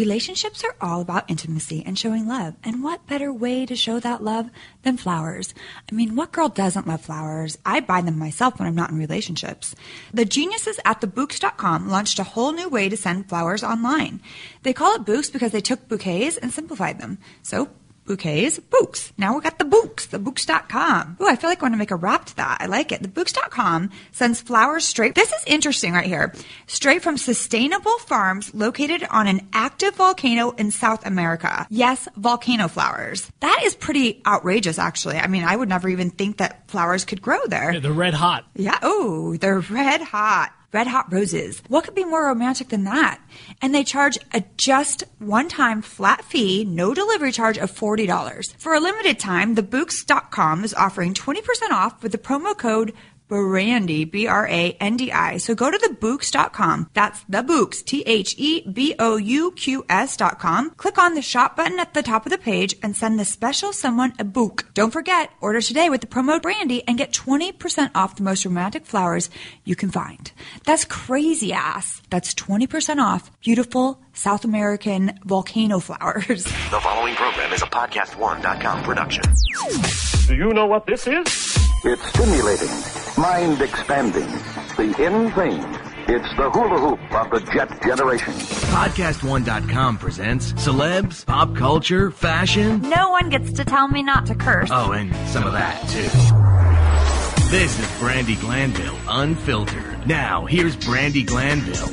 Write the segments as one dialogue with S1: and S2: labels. S1: Relationships are all about intimacy and showing love. And what better way to show that love than flowers? I mean, what girl doesn't love flowers? I buy them myself when I'm not in relationships. The geniuses at thebooks.com launched a whole new way to send flowers online. They call it books because they took bouquets and simplified them. So, bouquets, books. Now we got the books, the books.com. Ooh, I feel like I want to make a rap to that. I like it. The books.com sends flowers straight. This is interesting right here. Straight from sustainable farms located on an active volcano in South America. Yes, volcano flowers. That is pretty outrageous, actually. I mean, I would never even think that flowers could grow there.
S2: Yeah, they're red hot.
S1: Yeah. Oh, they're red hot. Red hot roses. What could be more romantic than that? And they charge a just one time flat fee, no delivery charge of $40. For a limited time, thebooks.com is offering 20% off with the promo code Brandy, B R A N D I. So go to thebooks.com. That's the books, T H E B O U Q S.com. Click on the shop button at the top of the page and send the special someone a book. Don't forget, order today with the promo Brandy and get 20% off the most romantic flowers you can find. That's crazy ass. That's 20% off beautiful South American volcano flowers.
S3: The following program is a podcast1.com production.
S4: Do you know what this is?
S5: It's stimulating, mind expanding, the in thing. It's the hula hoop of the jet generation.
S6: Podcast1.com presents celebs, pop culture, fashion.
S7: No one gets to tell me not to curse.
S6: Oh, and some of that, too. This is Brandy Glanville Unfiltered. Now, here's Brandy Glanville.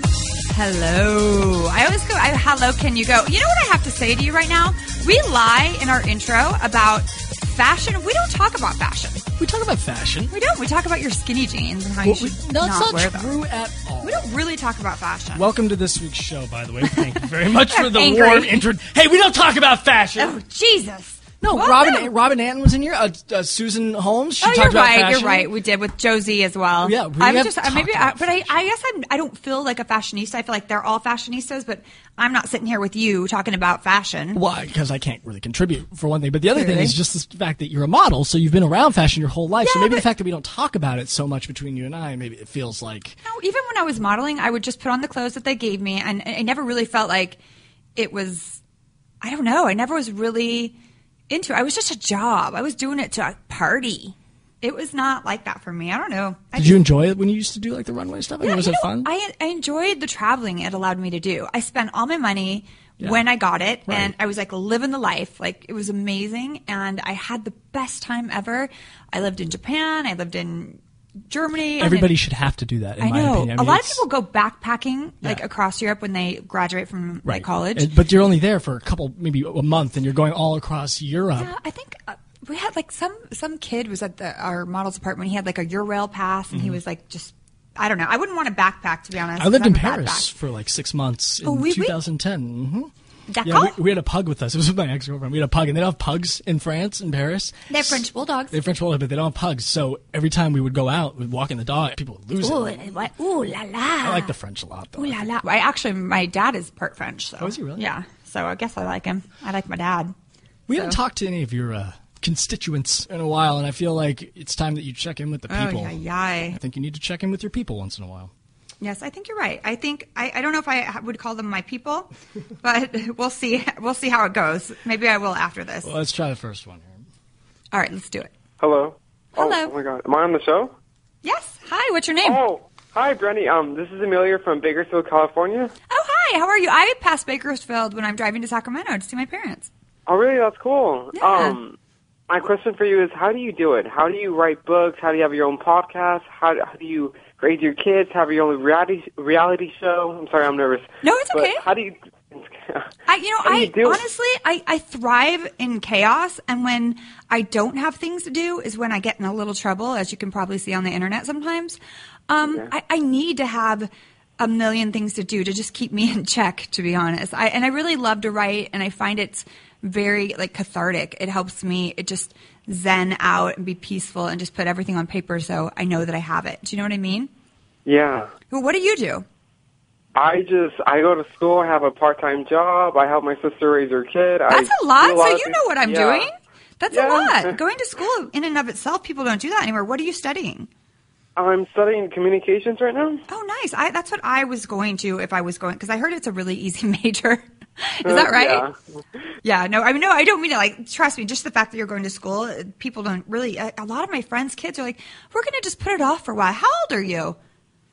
S1: Hello. I always go, I, hello, can you go? You know what I have to say to you right now? We lie in our intro about fashion. We don't talk about fashion.
S2: We talk about fashion.
S1: We don't. We talk about your skinny jeans and how you
S2: Well, we-
S1: should
S2: no,
S1: not,
S2: it's not
S1: wear
S2: true
S1: them.
S2: at all.
S1: We don't really talk about fashion.
S2: Welcome to this week's show, by the way. Thank you very much for the
S1: Angry.
S2: warm intro. Hey, we don't talk about fashion.
S1: oh, Jesus.
S2: No,
S1: Well,
S2: Robin
S1: no.
S2: Robin Anton was in here. Uh, uh, Susan Holmes. She
S1: Oh,
S2: talked
S1: you're
S2: about
S1: right.
S2: fashion.
S1: You're right. We did with Josie as well.
S2: Yeah, we
S1: I'm
S2: have
S1: just uh,
S2: talked
S1: maybe, I,
S2: about
S1: but I, I guess I'm. I don't feel like a fashionista. I feel like they're all fashionistas, but I'm not sitting here with you talking about fashion.
S2: Why? Because I can't really contribute for one thing. But the other thing
S1: Clearly.
S2: is just the fact that you're a model, so you've been around fashion your whole life. so
S1: Yeah,
S2: maybe the
S1: but-
S2: fact that we don't talk about it so much between you and I, maybe it feels like
S1: No, even when I was modeling, I would just put on the clothes that they gave me, and I never really felt like it was. I don't know. I never was really into. it. I was just a job. I was doing it to a party. It was not like that for me. I don't know. I
S2: Did you enjoy it when you used to do like the runway stuff? I mean,
S1: Yeah,
S2: was
S1: you
S2: it
S1: know,
S2: fun?
S1: I, I enjoyed the traveling it allowed me to do. I spent all my money when I got it, and
S2: Right.
S1: I was like living the life. Like it was amazing, and I had the best time ever. I lived in Japan. I lived in Germany. and
S2: Everybody
S1: in-
S2: should have to do that. In
S1: I
S2: my
S1: know.
S2: opinion, I
S1: a
S2: mean,
S1: lot of
S2: it's-
S1: people go backpacking like
S2: Yeah.
S1: across Europe when they graduate from like,
S2: Right.
S1: college.
S2: And- but you're only there for a couple, maybe a month, and you're going all across Europe.
S1: Yeah, I think uh, we had like some some kid was at the, our model's apartment. He had like a Eurail pass, and he was like just I don't know. I wouldn't want to backpack to be honest.
S2: Mm-hmm. I lived
S1: 'cause
S2: in
S1: I'm a bad
S2: Paris
S1: back-
S2: for like six monts in
S1: Oh, oui, oui.
S2: 2010. hmm Yeah,
S1: D'accord.
S2: we, we had a pug with us. It was with my ex girlfriend. We had a pug, and they don't have pugs in France, in Paris.
S1: They're French bulldogs.
S2: They're French bulldog, but they don't have pugs. So every time we would go out, we'd walk in the dog, people would lose
S1: Ooh,
S2: it.
S1: and what- ooh la la.
S2: I like the French a lot, though.
S1: Ooh la la. I actually, my dad is part French. So.
S2: Oh, is he really?
S1: Yeah. So I guess I like him. I like my dad.
S2: We haven't talked to any of your uh, constituents in a while, and I feel like it's time that you check in with the people.
S1: Oh, yeah,
S2: I think you need to check in with your people once in a while.
S1: Yes, I think you're right. I think I, I don't know if I ha- would call them my people, but we'll see. We'll see how it goes. Maybe I will after this.
S2: Well, let's try the first one here.
S1: All right, let's do it.
S8: Hello.
S1: Hello.
S8: Oh, oh my God. Am I on the show?
S1: Yes. Hi. What's your name?
S8: Oh, hi, Brenny. Um, this is Amelia from Bakersfield, California.
S1: Oh, hi. How are you? I pass Bakersfield when I'm driving to Sacramento to see my parents.
S8: Oh, really? That's cool.
S1: Yeah.
S8: Um, my question for you is, how do you do it? How do you write books? How do you have your own podcast? How, how do you raise your kids? Have your own reality reality show? I'm sorry, I'm nervous.
S1: No, it's
S8: But
S1: okay.
S8: How do you?
S1: I, you know,
S8: How do you
S1: I
S8: do it?
S1: honestly, I, I thrive in chaos, and when I don't have things to do is when I get in a little trouble, as you can probably see on the internet sometimes. Um, I, I need to have a million things to do to just keep me in check, to be honest. I, and I really love to write, and I find it's very like cathartic. It helps me. It just zen out and be peaceful, and just put everything on paper so I know that I have it. Do you know what I mean?
S8: Yeah.
S1: Well, what do you do?
S8: I just I go to school. I have a part time job. I help my sister raise her kid.
S1: That's
S8: I
S1: a lot.
S8: do
S1: so
S8: of
S1: you know
S8: things-
S1: what I'm
S8: Yeah.
S1: doing. That's
S8: Yeah.
S1: a lot. Going to school in and of itself, people don't do that anymore. What are you studying?
S8: I'm studying communications right now.
S1: Oh, nice. I, that's what I was going to if I was going because I heard it's a really easy major. Is
S8: Uh,
S1: that right? Yeah. yeah. No, I mean, no, I don't mean it. Like, trust me, just the fact that you're going to school, uh, people don't really. uh, A, a lot of my friends' kids are like, "We're going to just put it off for a while." How old are you?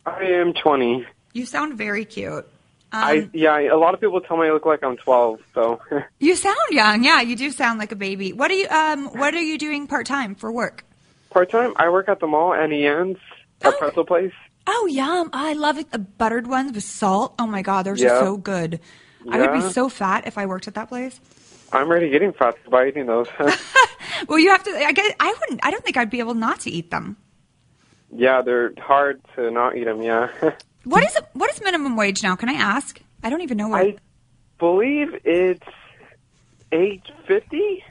S8: I am 20.
S1: You sound very cute. Um,
S8: I yeah. I- A lot of people tell me I look like I'm 12. So
S1: You sound young. Yeah, you do sound like a baby. What are you? Um, what are you doing part time for work?
S8: part time, I work at the mall, NEN's, a pretzel place.
S1: Oh, yum! I love it. The buttered ones with salt. Oh my god, those
S8: Yeah.
S1: are so good. I would be
S8: Yeah.
S1: so fat if I worked at that place.
S8: I'm already getting fat by eating those.
S1: Well, you have to. I guess I wouldn't. I don't think I'd be able not to eat them.
S8: yeah, they're hard to not eat them. Yeah,
S1: What is what is minimum wage now? Can I ask? I don't even know what.
S8: I believe it's eight fifty,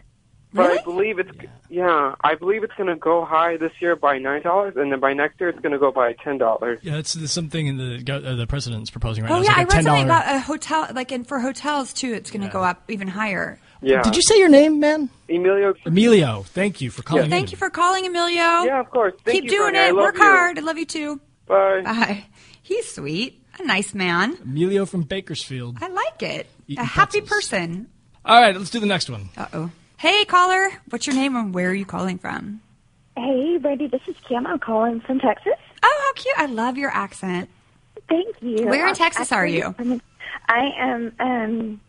S8: but
S1: Really?
S8: I believe it's yeah, I believe it's going to go high this year by nine dollars, and then by next year it's going to go by ten dollars.
S2: Yeah, that's, that's something in the go- uh, the president's proposing right now.
S1: oh
S2: It's
S1: yeah,
S2: like a
S1: I read something
S2: $10
S1: about a hotel. Like, and for hotels too, it's going to go up even higher.
S8: Yeah,
S2: Did you say your name, man?
S8: Emilio?
S2: Emilio. Thank you for calling. in.
S1: Thank you for calling, Emilio.
S8: Yeah, of course. Thank
S1: Keep
S8: you,
S1: doing
S8: Brandy. I
S1: it.
S8: love
S1: Work
S8: you.
S1: hard. I love you too.
S8: Bye.
S1: Bye. He's sweet. A nice man.
S2: Emilio from Bakersfield.
S1: I like it.
S2: Eating
S1: a happy
S2: pretzels.
S1: person.
S2: All right, let's do the next one.
S1: Uh oh. Hey, caller. What's your name and where are you calling from?
S9: Hey, Brandy, this is Kim. I'm calling from Texas.
S1: Oh, how cute. I love your accent.
S9: Thank you.
S1: Where in
S9: Uh,
S1: Texas are
S9: actually,
S1: you?
S9: I'm in- I am um,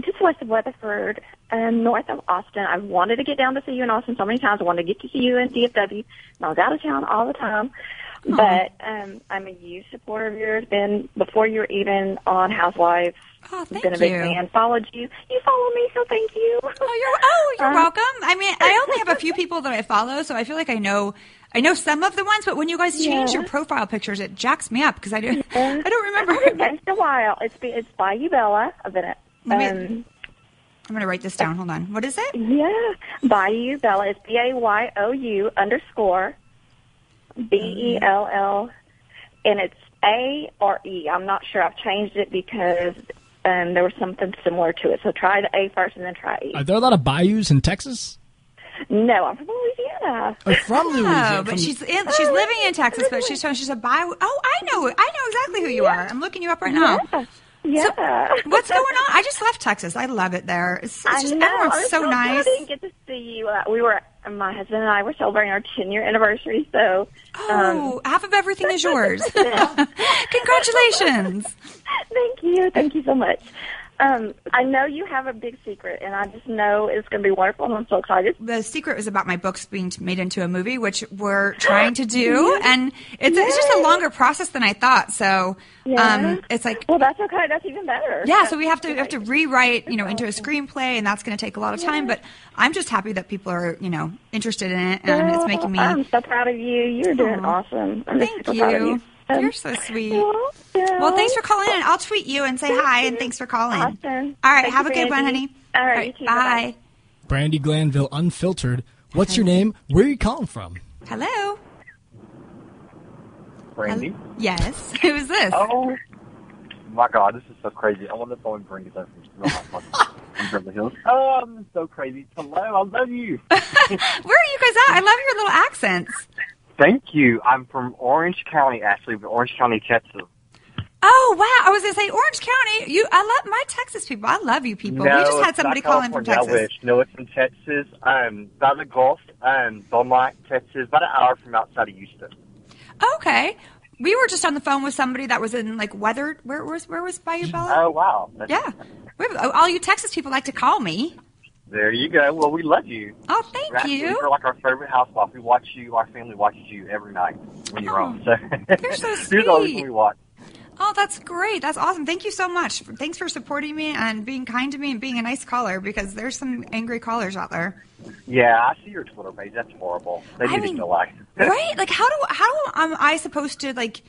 S9: just west of Weatherford, um, north of Austin. I've wanted to get down to see you in Austin so many times. I wanted to get to see you in DFW. And I was out of town all the time. But um, I'm a huge supporter of yours. Been before you were even on Housewives.
S1: Oh, thank
S9: been a big
S1: you.
S9: fan. Followed you. You follow me, so thank you.
S1: Oh, you're oh, you're
S9: Um,
S1: welcome. I mean, I only have a few people that I follow, so I feel like I know I know some of the ones. But when you guys change
S9: Yeah.
S1: your profile pictures, it jacks me up because I don't I don't
S9: It's
S1: remember.
S9: been a while. It's been, it's by you, Bella. I've been at,
S1: Let me-
S9: um,
S1: I'm gonna write this down. Hold on. What is it?
S9: Yeah, Bayou Bella is B A Y O U underscore B E L L, and it's A or E. I'm not sure. I've changed it because um, there was something similar to it. So try the A first, and then try E.
S1: Oh.
S2: Are there a lot of bayous in Texas?
S9: no, I'm from Louisiana.
S2: Oh, from Louisiana.
S1: Oh,
S2: from-
S1: but she's in, she's living in Texas, but she's she's a bi. Oh, I know I know exactly who you are. I'm looking you up right now.
S9: Yeah.
S1: What's going on? I just left Texas. I love it there. It's, it's just
S9: I know.
S1: everyone's
S9: I'm
S1: so
S9: glad I
S1: nice.
S9: didn't get to see you. Uh, we were my husband and I were celebrating our 10 year anniversary. So um,
S1: Oh, half of everything is yours. Congratulations.
S9: Thank you. Thank you so much. Um, I know you have a big secret, and I just know it's going to be wonderful, and I'm so excited.
S1: the secret was about my books being t- made into a movie, which we're trying to do, and it's, it's just a
S9: Yay.
S1: longer process than I thought. So, um, it's like,
S9: Well, that's okay. That's even better.
S1: yeah. So we have to have to rewrite, you know, into a screenplay, and that's going to take a lot of time. But I'm just happy that people are, you know, interested in it, and it's making me.
S9: I'm so proud of you. You're doing
S1: Aw.
S9: awesome. I'm just
S1: Thank
S9: so proud of
S1: you.
S9: Um,
S1: You're so sweet.
S9: you're welcome.
S1: Well, thanks for calling in. I'll tweet you and say hi, and thanks for calling.
S9: Awesome.
S1: All right,
S9: Thank
S1: have
S9: you,
S1: a good one,
S9: Brandy.
S1: honey.
S9: All right, you too.
S1: bye.
S9: Bye-bye.
S2: Brandy Glanville, unfiltered. What's your name? Where are you calling from?
S1: Hello.
S10: Brandy.
S1: Yes. Who is this?
S10: Oh my god, this is so crazy. I want to phone Brandy though from from Beverly Hills. Oh, this is so crazy. Hello, I love you.
S1: Where are you guys at? I love your little accents.
S10: Thank you. I'm from Orange County, actually, but Orange County, Texas.
S1: Oh wow! I was gonna say Orange County. You, I love my Texas people. I love you people.
S10: no,
S1: we just had
S10: it's
S1: somebody
S10: not
S1: call in from
S10: California,
S1: Texas.
S10: I wish. No, it's from Texas. Um, by the Gulf, um, Beaumont, Texas, about an hour from outside of Houston.
S1: Okay, we were just on the phone with somebody that was in like weather. Where was where was Bayou Bella?
S10: Oh wow. That's-
S1: yeah, we have, all you Texas people like to call me.
S10: There you go. Well, we love you.
S1: Oh, thank
S10: Right?
S1: you.
S10: You're like our favorite housewife. We watch you. Our family watches you every night when you're
S1: Oh,
S10: on. So
S1: you're so
S10: you're the only
S1: sweet.
S10: one we watch.
S1: Oh, that's great. That's awesome. Thank you so much. Thanks for supporting me and being kind to me and being a nice caller because there's some angry callers out there.
S10: Yeah, I see your Twitter page. That's horrible. They
S1: I
S10: need
S1: mean,
S10: to like.
S1: right? Like, how do how am I supposed to like?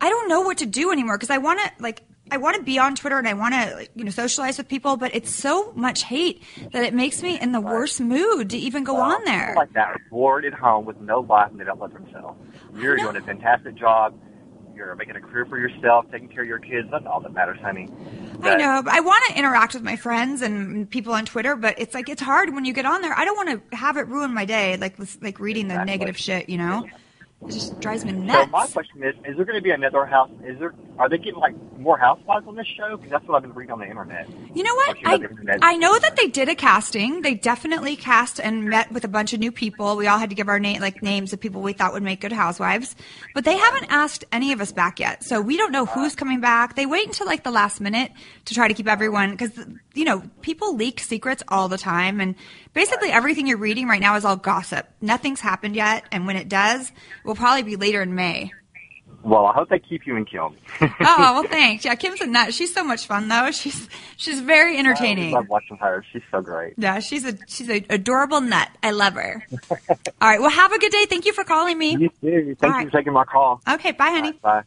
S1: I don't know what to do anymore because I want to like I want to be on Twitter and I want to like, you know socialize with people, but it's so much hate that it makes me in the worst mood to even go on there.
S10: Like that, bored at home with no life, and they don't love themselves. You're doing a fantastic job. You're making a career for yourself, taking care of your kids. That's all that matters, honey.
S1: I
S10: But-
S1: know, but I want to interact with my friends and people on Twitter, but it's like it's hard when you get on there. I don't want to have it ruin my day, like lis- like reading the
S10: Exactly.
S1: negative shit. You know, it just drives me
S10: So my
S1: nuts.
S10: question is: Is there going to be another house? Is there Are they getting like more housewives on this show? Because that's what I've been reading on the internet.
S1: You know what? I, I know that they did a casting. They definitely cast and met with a bunch of new people. We all had to give our name, like names of people we thought would make good housewives, but they haven't asked any of us back yet. So we don't know who's coming back. They wait until like the last minute to try to keep everyone because you know people leak secrets all the time, and basically everything you're reading right now is all gossip. Nothing's happened yet, and when it does, it will probably be later in May.
S10: Well, I hope they keep you in Kim.
S1: oh well, thanks. Yeah, Kim's a nut. She's so much fun though. She's she's very entertaining.
S10: I love watching her. She's so great.
S1: Yeah, she's a she's an adorable nut. I love her. All right. Well, have a good day. Thank you for calling me.
S10: You too. Thank All you for right. taking my call.
S1: Okay. Bye, honey.
S10: Right, bye.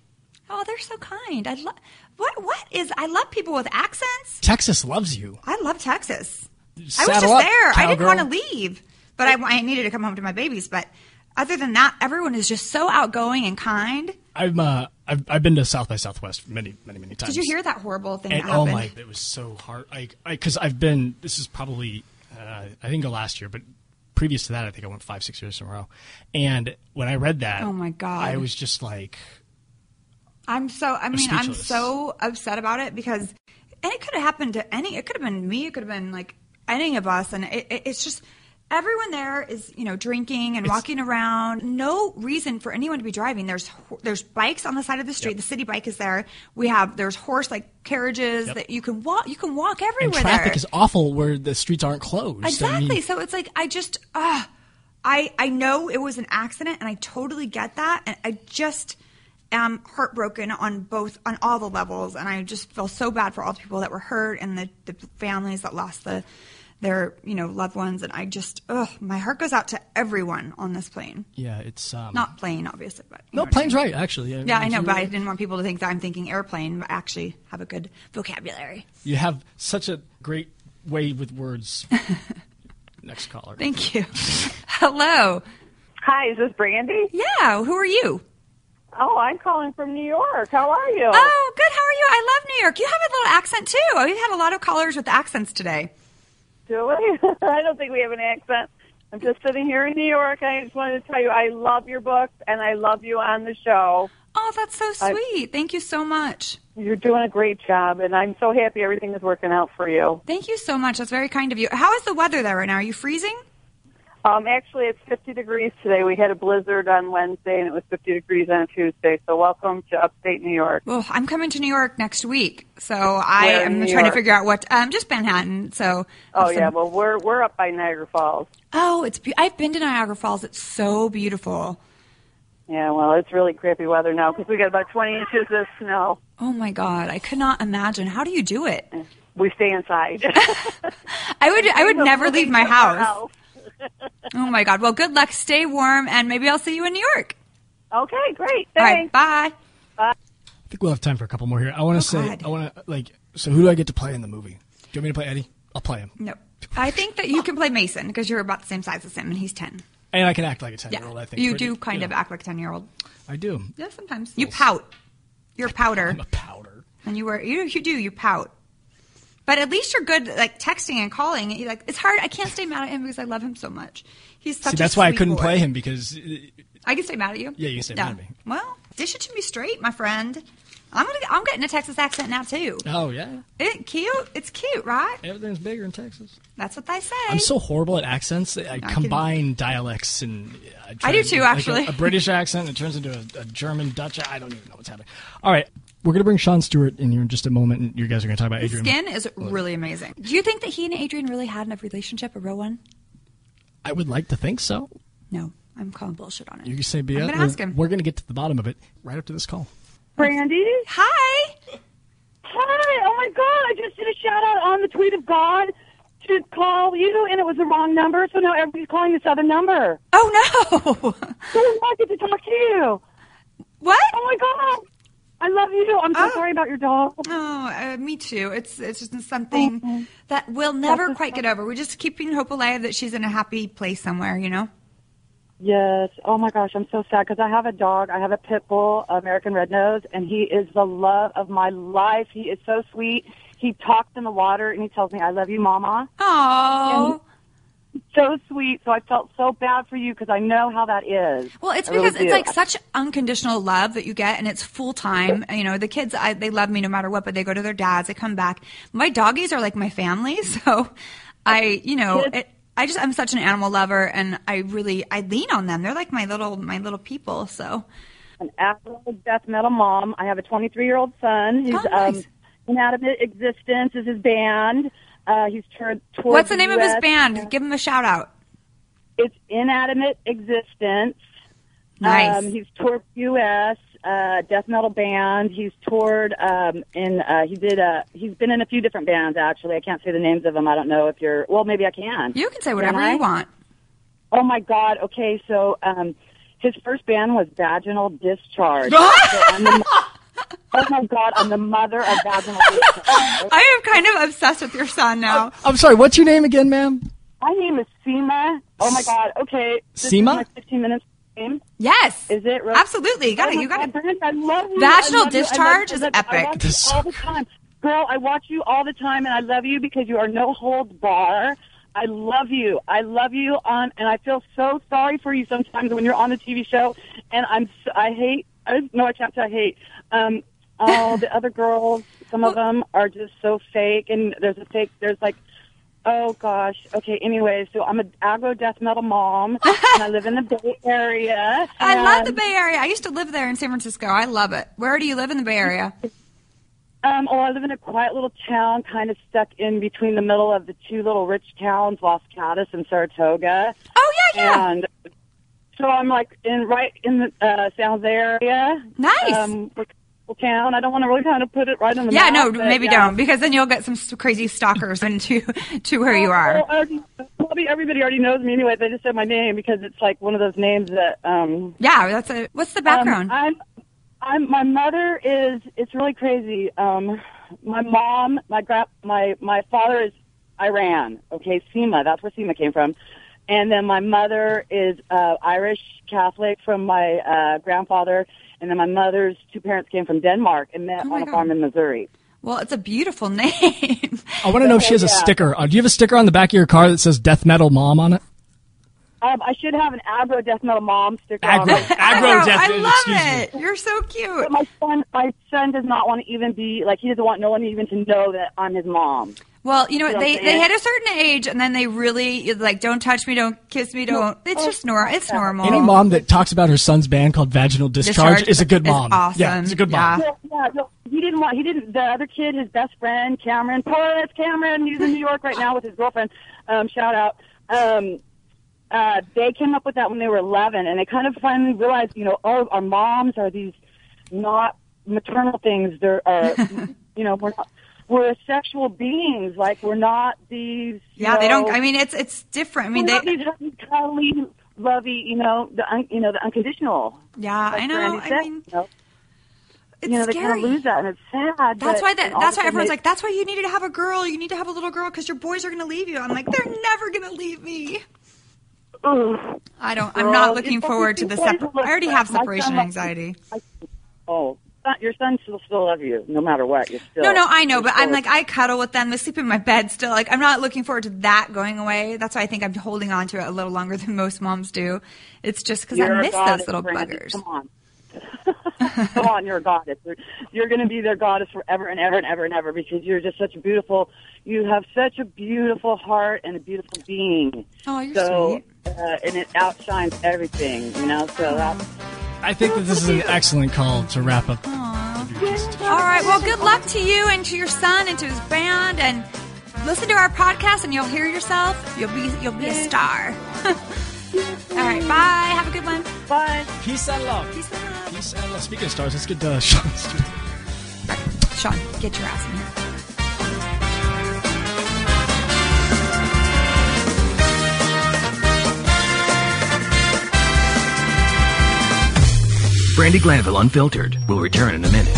S1: Oh, they're so kind. I love what what is I love people with accents.
S2: Texas loves you.
S1: I love Texas. Saddle I was just up, there. Cowgirl. I didn't want to leave, but I, I needed to come home to my babies. But other than that, everyone is just so outgoing and kind.
S2: I'm uh, I've, I've been to South by Southwest many many many times.
S1: Did you hear that horrible thing?
S2: And,
S1: that happened?
S2: Oh my, it was so hard. I because I've been. This is probably uh, I didn't go last year, but previous to that, I think I went five six years in a row. And when I read that,
S1: oh my god,
S2: I was just like,
S1: I'm so. I mean, I'm, I'm so upset about it because, and it could have happened to any. It could have been me. It could have been like any of us, and it, it, it's just everyone there is you know drinking and it's, walking around no reason for anyone to be driving there's there's bikes on the side of the street yep. the city bike is there we have there's horse like carriages yep. that you can walk you can walk everywhere and
S2: traffic
S1: there.
S2: is awful where the streets aren't closed
S1: exactly I mean, so it's like i just uh, i i know it was an accident and i totally get that and i just am heartbroken on both on all the levels and i just feel so bad for all the people that were hurt and the, the families that lost the their you know loved ones and i just ugh, my heart goes out to everyone on this plane
S2: yeah it's um,
S1: not plane obviously but
S2: no plane's I mean. right actually
S1: I mean, yeah i know but right. i didn't want people to think that i'm thinking airplane but I actually have a good vocabulary
S2: you have such a great way with words next caller
S1: thank you hello
S11: hi is this brandy
S1: yeah who are you
S11: Oh, I'm calling from New York. How are you?
S1: Oh, good. How are you? I love New York. You have a little accent too. We've had a lot of callers with accents today
S11: do we? I don't think we have an accent. I'm just sitting here in New York. I just wanted to tell you I love your book and I love you on the show.
S1: Oh, that's so sweet. I, Thank you so much.
S11: You're doing a great job, and I'm so happy everything is working out for you.
S1: Thank you so much. That's very kind of you. How is the weather there right now? Are you freezing?
S11: Um, actually, it's 50 degrees today. We had a blizzard on Wednesday, and it was 50 degrees on Tuesday. So, welcome to upstate New York.
S1: Well, I'm coming to New York next week, so I Where am trying York? to figure out what. Um, just Manhattan. So.
S11: Oh yeah, some... well we're we're up by Niagara Falls.
S1: Oh, it's be- I've been to Niagara Falls. It's so beautiful.
S11: Yeah, well, it's really crappy weather now because we got about 20 inches of snow.
S1: Oh my God, I could not imagine. How do you do it?
S11: We stay inside.
S1: I would I would never leave my house oh my god. Well, good luck. Stay warm, and maybe I'll see you in New York.
S11: Okay, great.
S1: Right,
S11: Thanks.
S1: bye.
S11: Bye.
S2: I think we'll have time for a couple more here. I want to
S1: oh,
S2: say,
S1: god.
S2: I want to like. So, who do I get to play in the movie? Do you want me to play Eddie? I'll play him.
S1: No, I think that you can play Mason because you're about the same size as him, and he's ten.
S2: And I can act like a ten-year-old. Yeah. I think
S1: you Pretty, do kind you know. of act like a ten-year-old.
S2: I do.
S1: Yeah, sometimes you pout. You're powder.
S2: I'm a powder.
S1: And you wear you you do you pout. But at least you're good, like texting and calling. You're like it's hard. I can't stay mad at him because I love him so much. He's such.
S2: See, that's
S1: a
S2: why I couldn't
S1: boy.
S2: play him because. uh,
S1: I can stay mad at you.
S2: Yeah, you can stay yeah. mad at me.
S1: Well, dish it to me straight, my friend. I'm gonna. I'm getting a Texas accent now too.
S2: Oh yeah.
S1: It cute. It's cute, right?
S2: Everything's bigger in Texas.
S1: That's what they say.
S2: I'm so horrible at accents. I, I combine can... dialects and.
S1: Uh, I do too,
S2: like
S1: actually.
S2: A, a, British accent it turns into a, a German Dutch. I don't even know what's happening. All right, we're going to bring Sean Stewart in here in just a moment, and you guys are going to talk about
S1: His
S2: Adrian.
S1: skin is really amazing. Do you think that he and Adrian really had a relationship, a real one?
S2: I would like to think so.
S1: No, I'm calling bullshit on it.
S2: You can say, "Be
S1: I'm going to ask him."
S2: We're going to get to the bottom of it right after this call.
S11: Brandy,
S1: hi.
S11: Hi. Oh my God! I just did a shout out on the tweet of God to call you, and it was the wrong number, so now everybody's calling this other number.
S1: Oh no!
S11: So I get to talk to you.
S1: What?
S11: Oh my God! I love you. I'm so
S1: oh.
S11: sorry about your dog.
S1: Oh, uh, me too. It's it's just something mm-hmm. that we'll never quite get over. We're just keeping hope alive that she's in a happy place somewhere, you know.
S11: Yes. Oh my gosh, I'm so sad because I have a dog. I have a pit bull, American Red Nose, and he is the love of my life. He is so sweet. He talks in the water and he tells me, "I love you, Mama."
S1: Oh.
S11: so sweet. So I felt so bad for you because I know how that is.
S1: Well, it's
S11: I
S1: because
S11: really
S1: it's
S11: do.
S1: like such unconditional love that you get, and it's full time. You know, the kids, I, they love me no matter what, but they go to their dads, they come back. My doggies are like my family, so I, you know, it, I just I'm such an animal lover, and I really I lean on them. They're like my little my little people. So
S11: an actual death metal mom. I have a 23 year old son who's um, inanimate existence is his band. Uh, he's toured. toured
S1: What's the name of his
S11: US.
S1: band? Give him a shout out.
S11: It's inanimate existence.
S1: Nice.
S11: Um, he's toured U.S. Uh, death metal band. He's toured um, in. Uh, he did. Uh, he's been in a few different bands. Actually, I can't say the names of them. I don't know if you're. Well, maybe I can.
S1: You can say whatever you
S11: I?
S1: want.
S11: Oh my God. Okay, so um, his first band was Vaginal Discharge. So I'm the mo- oh my God, I'm the mother of vaginal discharge.
S1: I am kind of obsessed with your son now.
S11: Oh.
S2: I'm sorry. What's your name again, ma'am?
S11: My name is Seema. Oh my God. Okay. This is
S2: Seema?
S11: my 15 minutes. Name.
S1: Yes.
S11: Is it really?
S1: Absolutely. You got
S11: oh
S1: it.
S11: my
S1: You got
S11: God, Brent, I love you.
S1: Vaginal
S11: I love you. I love
S1: discharge
S11: you.
S1: is
S11: I love you. I
S1: epic.
S11: watch you
S2: This-
S11: all the time. Girl, I watch you all the time and I love you because you are no holds bar. I love you. I love you on and I feel so sorry for you sometimes when you're on the TV show and I'm s- I hate I no I can't say I hate um all the other girls some of them are just so fake and there's a fake there's like Oh gosh. Okay. Anyway, so I'm an aggro death metal mom, and I live in the Bay Area.
S1: I love the
S11: and-
S1: Bay Area. I used to live there in San Francisco. I love it. Where do you live in the Bay Area?
S11: Um, well, I live in a quiet little town, kind of stuck in between the middle of the two little rich towns, Las Catas and Saratoga.
S1: Oh yeah, yeah.
S11: And so I'm like in right in the uh, San Jose area.
S1: Nice.
S11: Um, we're- we're town. I don't want to really kind of put it right on the
S1: yeah,
S11: map,
S1: no,
S11: but
S1: maybe
S11: yeah.
S1: don't because then you'll get some s- crazy stalkers into to where you are.
S11: Well, already- probably everybody already knows me anyway. They just said my name because it's like one of those names that. Um,
S1: Yeah, that's a. What's the background?
S11: Um, I'm, I'm, my mother is. It's really crazy. Um, my mom, my gra- my my father is Iran. Okay, Sema. That's where Sema came from. And then my mother is uh, Irish Catholic from my uh, grandfather, and then my mother's two parents came from Denmark and met
S1: Oh my
S11: on a
S1: God.
S11: farm in Missouri.
S1: well, it's a beautiful name.
S2: I want to know if she has a
S11: Yeah.
S2: sticker. Uh, do you have a sticker on the back of your car that says "Death Metal Mom" on it?
S11: Um, I should have an aggro death metal mom sticker on
S2: Aggro-
S11: my
S2: aggro
S1: Wow,
S2: death.
S1: I
S2: excuse
S1: love
S2: me.
S1: it. You're so cute.
S11: But my son, my son does not want to even be like he doesn't want no one even to know that I'm his mom.
S1: Well, you know, what,
S11: You know what
S1: they
S11: I'm
S1: they
S11: saying?
S1: hit a certain age and then they really like don't touch me, don't kiss me, don't. It's just normal. It's normal.
S2: Any mom that talks about her son's band called Vaginal Discharge,
S1: Um, Discharge
S2: is a good
S1: is
S2: mom.
S1: awesome.
S2: Yeah, it's a good mom.
S1: Yeah.
S11: Yeah, yeah, no, he didn't want. He didn't. The other kid, his best friend, Cameron. Poor ass Cameron. He's in New York right now with his girlfriend. Um, shout out. Um, uh, they came up with that when they were 11, and they kind of finally realized, you know, oh, our moms are these not maternal things. They're, uh, you know, we're not, we're sexual beings. Like we're not these. you
S1: Yeah, they don't.
S11: know,
S1: I mean, it's it's different. I mean,
S11: we're
S1: they.
S11: not these happy, cuddly, lovey. You know, the un, you know the unconditional.
S1: Yeah,
S11: like
S1: I know.
S11: Brandy
S1: I
S11: said,
S1: mean,
S11: you know?
S1: it's
S11: you know, they
S1: scary.
S11: kind of lose that, and it's
S1: That's
S11: sad. but-
S1: why
S11: and
S1: that, that's
S11: all of a
S1: why
S11: sudden
S1: everyone's
S11: they-
S1: like, that's why you need to have a girl. You need to have a little girl because your boys are going to leave you. I'm like, they're never going to leave me.
S11: Ugh.
S1: I don't. I'm
S11: Girl,
S1: not looking
S11: it's
S1: forward to
S11: fucking
S1: the
S11: crazy.
S1: separate.
S11: Look,
S1: I already have
S11: my son
S1: separation
S11: loves-
S1: anxiety.
S11: Oh, son- your son will still love you no matter what. You're still
S1: No, no, I know,
S11: you're
S1: but
S11: still-
S1: I'm like, I cuddle with them. They sleep in my bed still. Like, I'm not looking forward to that going away. That's why I think I'm holding on to it a little longer than most moms do. It's just because
S11: You're
S1: I
S11: a
S1: miss
S11: goddess,
S1: those little
S11: Brandy.
S1: buggers.
S11: Come on. Come on, you're a goddess. You're, you're going to be their goddess forever and ever and ever and ever because you're just such a beautiful. You have such a beautiful heart and a beautiful being.
S1: Oh, you're
S11: so,
S1: sweet.
S11: uh, and it outshines everything, you know. So that's
S2: I think that this is an excellent call to wrap up.
S1: All right. Well, good luck to you and to your son and to his band. And listen to our podcast, and you'll hear yourself. You'll be you'll be a star. All right. Bye. Have a good one.
S11: fun.
S2: Peace and love.
S1: Peace and love.
S2: Peace and love. Speaking of stars, let's get uh, Sean's.
S1: Sean, get your ass in here.
S6: Brandy Glanville Unfiltered will return in a minute.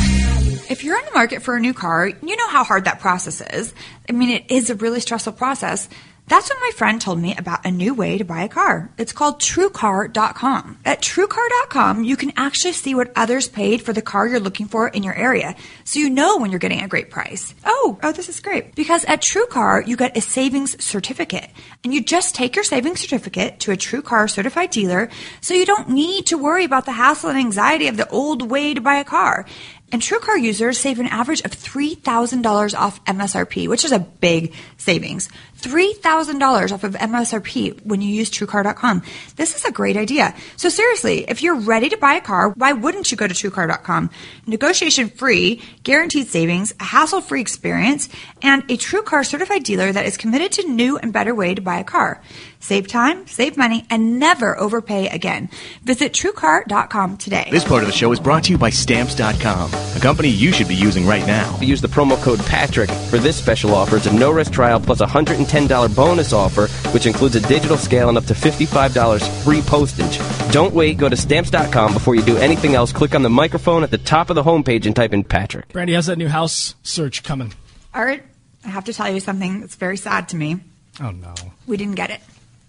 S1: If you're in the market for a new car, you know how hard that process is. I mean, it is a really stressful process. That's when my friend told me about a new way to buy a car. It's called TrueCar.com. At TrueCar.com, you can actually see what others paid for the car you're looking for in your area, so you know when you're getting a great price. Oh, oh, this is great. Because at TrueCar, you get a savings certificate, and you just take your savings certificate to a TrueCar certified dealer, so you don't need to worry about the hassle and anxiety of the old way to buy a car. And TrueCar users save an average of $3,000 off MSRP, which is a big savings. $3,000 off of MSRP when you use TrueCar.com. This is a great idea. So seriously, if you're ready to buy a car, why wouldn't you go to TrueCar.com? Negotiation free, guaranteed savings, a hassle free experience, and a TrueCar certified dealer that is committed to new and better way to buy a car. Save time, save money, and never overpay again. Visit TrueCar.com today.
S6: This part of the show is brought to you by Stamps.com, a company you should be using right now.
S12: Use the promo code PATRICK for this special offer. It's a no risk trial plus $110 bonus offer, which includes a digital scale and up to $55 free postage. Don't wait. Go to Stamps.com before you do anything else. Click on the microphone at the top of the homepage and type in PATRICK.
S2: Brandy, how's that new house search coming?
S1: Art, I have to tell you something that's very sad to me.
S2: Oh, no.
S1: We didn't get it.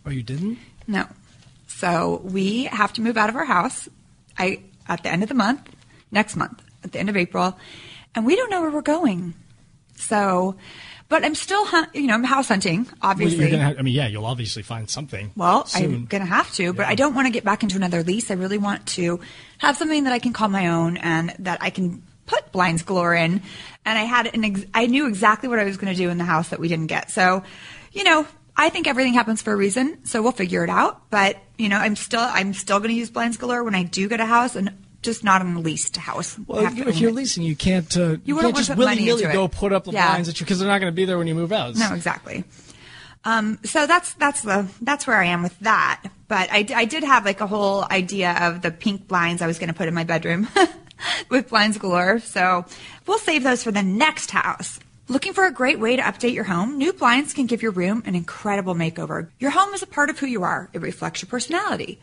S2: Oh, you didn't?
S1: No. So we have to move out of our house. I at the end of the month, next month, at the end of April, and we don't know where we're going. So, but I'm still, hunt, you know, I'm house hunting. Obviously,
S2: well, have, I mean, yeah, you'll obviously find something.
S1: Well,
S2: soon.
S1: I'm gonna have to, but yeah. I don't want to get back into another lease. I really want to have something that I can call my own and that I can put blinds galore in. And I had an, ex- I knew exactly what I was going to do in the house that we didn't get. So, you know, I think everything happens for a reason, so we'll figure it out. But you know, I'm still I'm still going to use blinds galore when I do get a house, and just not on a leased house.
S2: Well, you, if you're it. leasing, you can't uh, you, you can't just willy nilly go put up the yeah. blinds because they're not going to be there when you move out.
S1: No, exactly. Um, so that's that's the that's where I am with that. But I, I did have like a whole idea of the pink blinds I was going to put in my bedroom with blinds galore. So we'll save those for the next house. Looking for a great way to update your home? New blinds can give your room an incredible makeover. Your home is a part of who you are. It reflects your personality.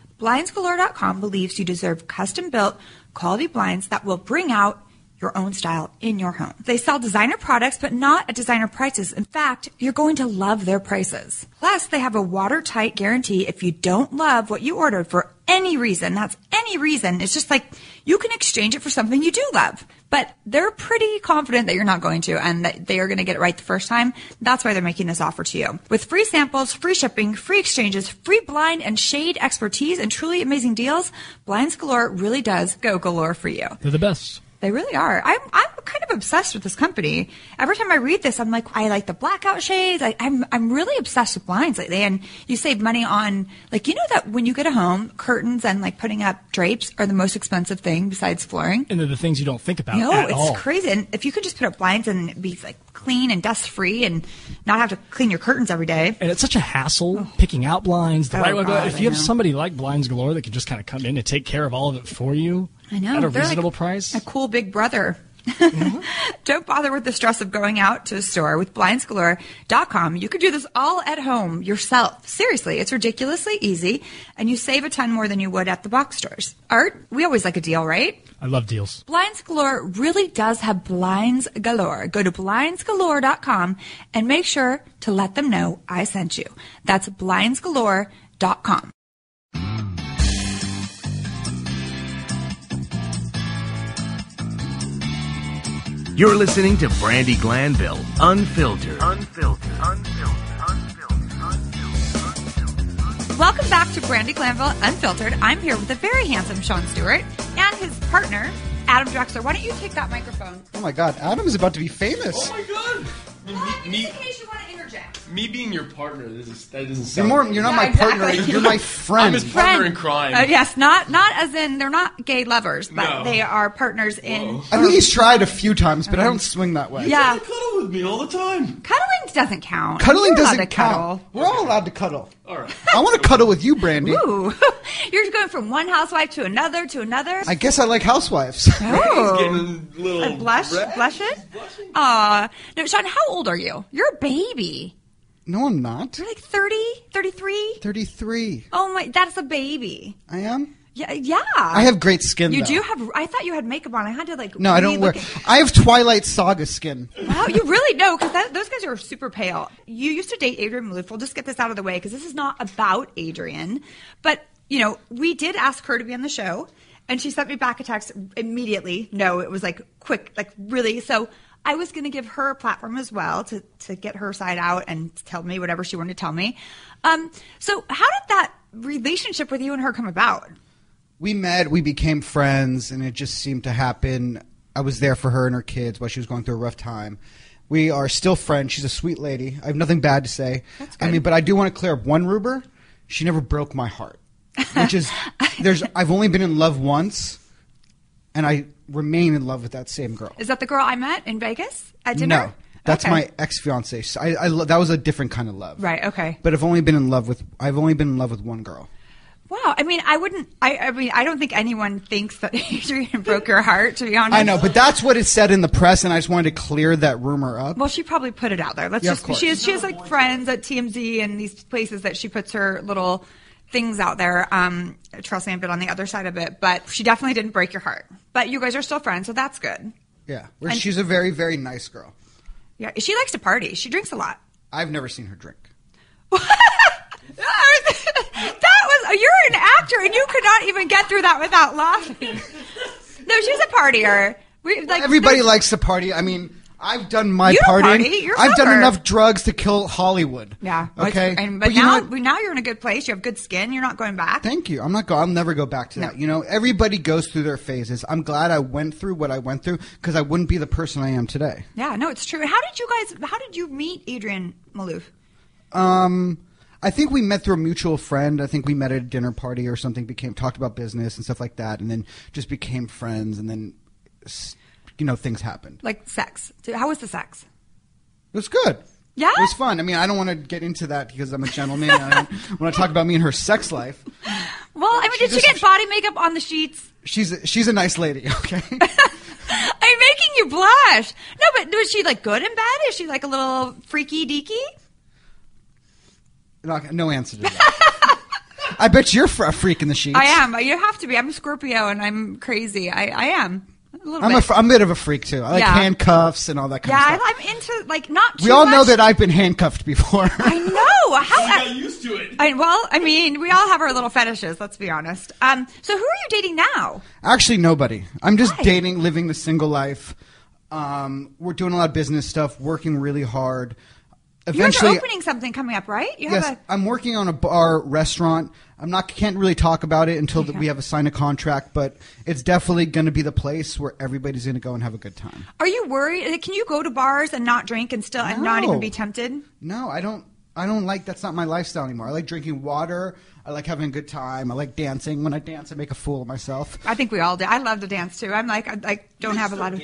S1: BlindsGalore.com believes you deserve custom-built, quality blinds that will bring out your own style in your home. They sell designer products, but not at designer prices. In fact, you're going to love their prices. Plus, they have a watertight guarantee if you don't love what you ordered for any reason. That's any reason. It's just like you can exchange it for something you do love. But they're pretty confident that you're not going to and that they are going to get it right the first time. That's why they're making this offer to you. With free samples, free shipping, free exchanges, free blind and shade expertise, and truly amazing deals, Blinds Galore really does go galore for you.
S2: They're the best.
S1: They really are. I'm I'm kind of obsessed with this company. Every time I read this, I'm like, I like the blackout shades. I, am I'm, I'm really obsessed with blinds lately. And you save money on like you know that when you get a home, curtains and like putting up drapes are the most expensive thing besides flooring.
S2: And they're the things you don't think about.
S1: No,
S2: it's all.
S1: crazy. And if you could just put up blinds and be like clean and dust free and not have to clean your curtains every day.
S2: And it's such a hassle oh. picking out blinds. The oh, right God, way. If you have somebody like Blinds Galore that can just kind of come in and take care of all of it for you,
S1: I know.
S2: At a
S1: They're
S2: reasonable
S1: like
S2: price.
S1: A cool big brother. Mm-hmm. Don't bother with the stress of going out to a store with blindsgalore.com. You can do this all at home yourself. Seriously, it's ridiculously easy and you save a ton more than you would at the box stores. Art, we always like a deal, right?
S2: I love deals.
S1: Blinds Galore really does have blinds galore. Go to blindsgalore.com and make sure to let them know I sent you. That's blindsgalore.com.
S6: You're listening to Brandy Glanville, unfiltered.
S3: Unfiltered. Unfiltered. Unfiltered. Unfiltered.
S1: Welcome back to Brandy Glanville Unfiltered. I'm here with the very handsome Sean Stewart and his partner, Adam Drexler. Why don't you take that microphone?
S13: Oh my God, Adam is about to be famous.
S14: Oh my God.
S1: Well, I mean, me, just in case you want to interject.
S14: Me being your partner, this is, that doesn't sound.
S13: You're, more, you're not yeah, my
S1: exactly.
S13: partner. You're my friend.
S14: I'm his
S1: Friend.
S14: partner in crime.
S1: Uh, yes, not not as in they're not gay lovers, but
S14: No.
S1: they are partners in. Um,
S13: I think he's tried a few times, but I don't swing that way.
S1: Yeah.
S14: You cuddle with me all the time.
S1: Cuddling doesn't count.
S13: Cuddling
S1: You're allowed
S13: doesn't
S1: to
S13: count.
S1: cuddle.
S13: We're all allowed to cuddle.
S14: All right.
S13: I want to cuddle with you, Brandy.
S1: Ooh, you're going from one housewife to another to another.
S13: I guess I like housewives.
S14: He's
S1: Oh,
S14: getting a little
S1: a blush,
S14: red.
S1: blush it. Aw, no, Sean, how old are you? You're a baby.
S13: No, I'm not.
S1: You're like 30, 33.
S13: 33.
S1: Oh my, that's a baby.
S13: I am.
S1: Yeah, yeah.
S13: I have great skin.
S1: You
S13: though.
S1: do have. I thought you had makeup on. I had to like.
S13: No, I don't
S1: really
S13: wear.
S1: look at-
S13: I have Twilight Saga skin.
S1: wow, you really know because those guys are super pale. You used to date Adrian Malouf. We'll just get this out of the way because this is not about Adrian. But you know, we did ask her to be on the show, and she sent me back a text immediately. No, it was like quick, like really. So I was going to give her a platform as well to to get her side out and tell me whatever she wanted to tell me. Um, so how did that relationship with you and her come about?
S13: we met, we became friends, and it just seemed to happen. I was there for her and her kids while she was going through a rough time. We are still friends. She's a sweet lady. I have nothing bad to say. I mean, but I do want to clear up one rumor. She never broke my heart, which is there's. I've only been in love once, and I remain in love with that same girl.
S1: Is that the girl I met in Vegas at dinner?
S13: No, that's
S1: Okay.
S13: my ex fiance. So I, I lo- that was a different kind of love.
S1: Right. Okay.
S13: But I've only been in love with. I've only been in love with one girl.
S1: Wow. I mean, I wouldn't. I, I mean, I don't think anyone thinks that Adrian broke your heart. To be honest,
S13: I know, but that's what it said in the press, and I just wanted to clear that rumor up.
S1: well, she probably put it out there. Let's
S13: Yeah, of
S1: just. She has. She has like friends at TMZ and these places that she puts her little things out there. Um, trust me, I've been on the other side of it, but she definitely didn't break your heart. But you guys are still friends, so that's good.
S13: Yeah, where
S1: And-
S13: she's a very, very nice girl.
S1: Yeah, she likes to party. She drinks a lot.
S13: I've never seen her drink.
S1: That was. You're an actor, and you could not even get through that without laughing. No, she's a partier. We, like
S13: Everybody
S1: there's-
S13: likes to party. I mean, I've done my
S1: You don't
S13: partying.
S1: party. You're
S13: I've done
S1: sober.
S13: enough drugs to kill Hollywood.
S1: Yeah. Well, it's-
S13: Okay.
S1: And, but
S13: you know
S1: now,
S13: what?
S1: we- now you're in a good place. You have good skin. You're not going back.
S13: thank you. I'm not. Go- I'll never go back to that. You know, everybody goes through their phases. I'm glad I went through what I went through because I wouldn't be the person I am today.
S1: Yeah, no, it's true. How did you guys? How did you meet Adrian Malouf?
S13: Um, I think we met through a mutual friend. I think we met at a dinner party or something. Became talked about business and stuff like that, and then just became friends. And then, s- you know, things happened.
S1: Like sex? How was the sex?
S13: It was good.
S1: Yeah,
S13: It was fun. I mean, I don't want to get into that because I'm a gentleman. and I don't want to talk about me and her sex life.
S1: Well, I mean, did she get body makeup on the sheets?
S13: She's a, she's a nice lady. Okay.
S1: I'm making you blush. No, but was she like good in bed? Is she like a little freaky deaky?
S13: Not- No answer to that. I bet you're fr- a freak in the sheets.
S1: I am. You have to be. I'm a Scorpio and I'm crazy. I, I am. A little
S13: I'm
S1: bit.
S13: a, fr- I'm a bit of a freak too. I like
S1: Yeah.
S13: handcuffs and all that kind
S1: yeah,
S13: of
S1: I,
S13: stuff.
S1: I'm into like not. Too
S13: we all know
S1: much-
S13: that I've been handcuffed before.
S1: I know. How
S14: I got used to it.
S1: I, well, I mean, we all have our little fetishes. Let's be honest. Um, so who are you dating now?
S13: Actually, nobody. I'm just
S1: Why?
S13: dating, living the single life. Um, we're doing a lot of business stuff, working really hard. Eventually,
S1: you guys are opening something coming up, right? You
S13: yes,
S1: have
S13: i I'm working on a bar restaurant. I'm not can't really talk about it until that we have a signed a contract, but it's definitely going to be the place where everybody's going to go and have a good time.
S1: a. Are you worried? Can you go to bars and not drink and still and not
S13: No.
S1: even be tempted?
S13: No, I don't. I don't like that's not my lifestyle anymore. I like drinking water. I like having a good time. I like dancing. When I dance, I make a fool of myself.
S1: I think we all do. I love to dance too. I'm like, I, I don't have a lot of.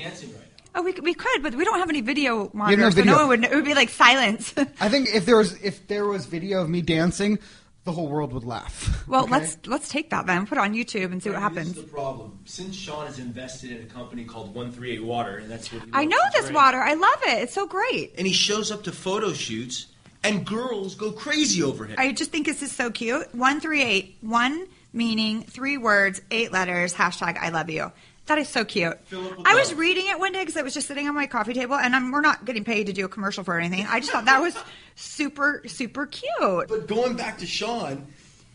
S1: Oh, we, we could, but we don't have any video monitors,
S13: video.
S1: so no one would. It would be like silence.
S13: I think if there was if there was video of me dancing, the whole world would laugh.
S1: well,
S13: Okay?
S1: let's let's take that then, put it on YouTube and see what happens.
S15: This is the problem. Since Sean is invested in a company called 138 Water, and that's what he
S1: I know
S15: loves to
S1: this
S15: drink,
S1: water. I love it. It's so great.
S15: And he shows up to photo shoots, and girls go crazy over him.
S1: I just think this is so cute. One three eight. One meaning, three words, eight letters. Hashtag I love you. That is so cute. I was reading it one day because I was just sitting on my coffee table, and I'm, we're not getting paid to do a commercial for anything. I just thought that was super, super cute.
S15: But going back to Sean,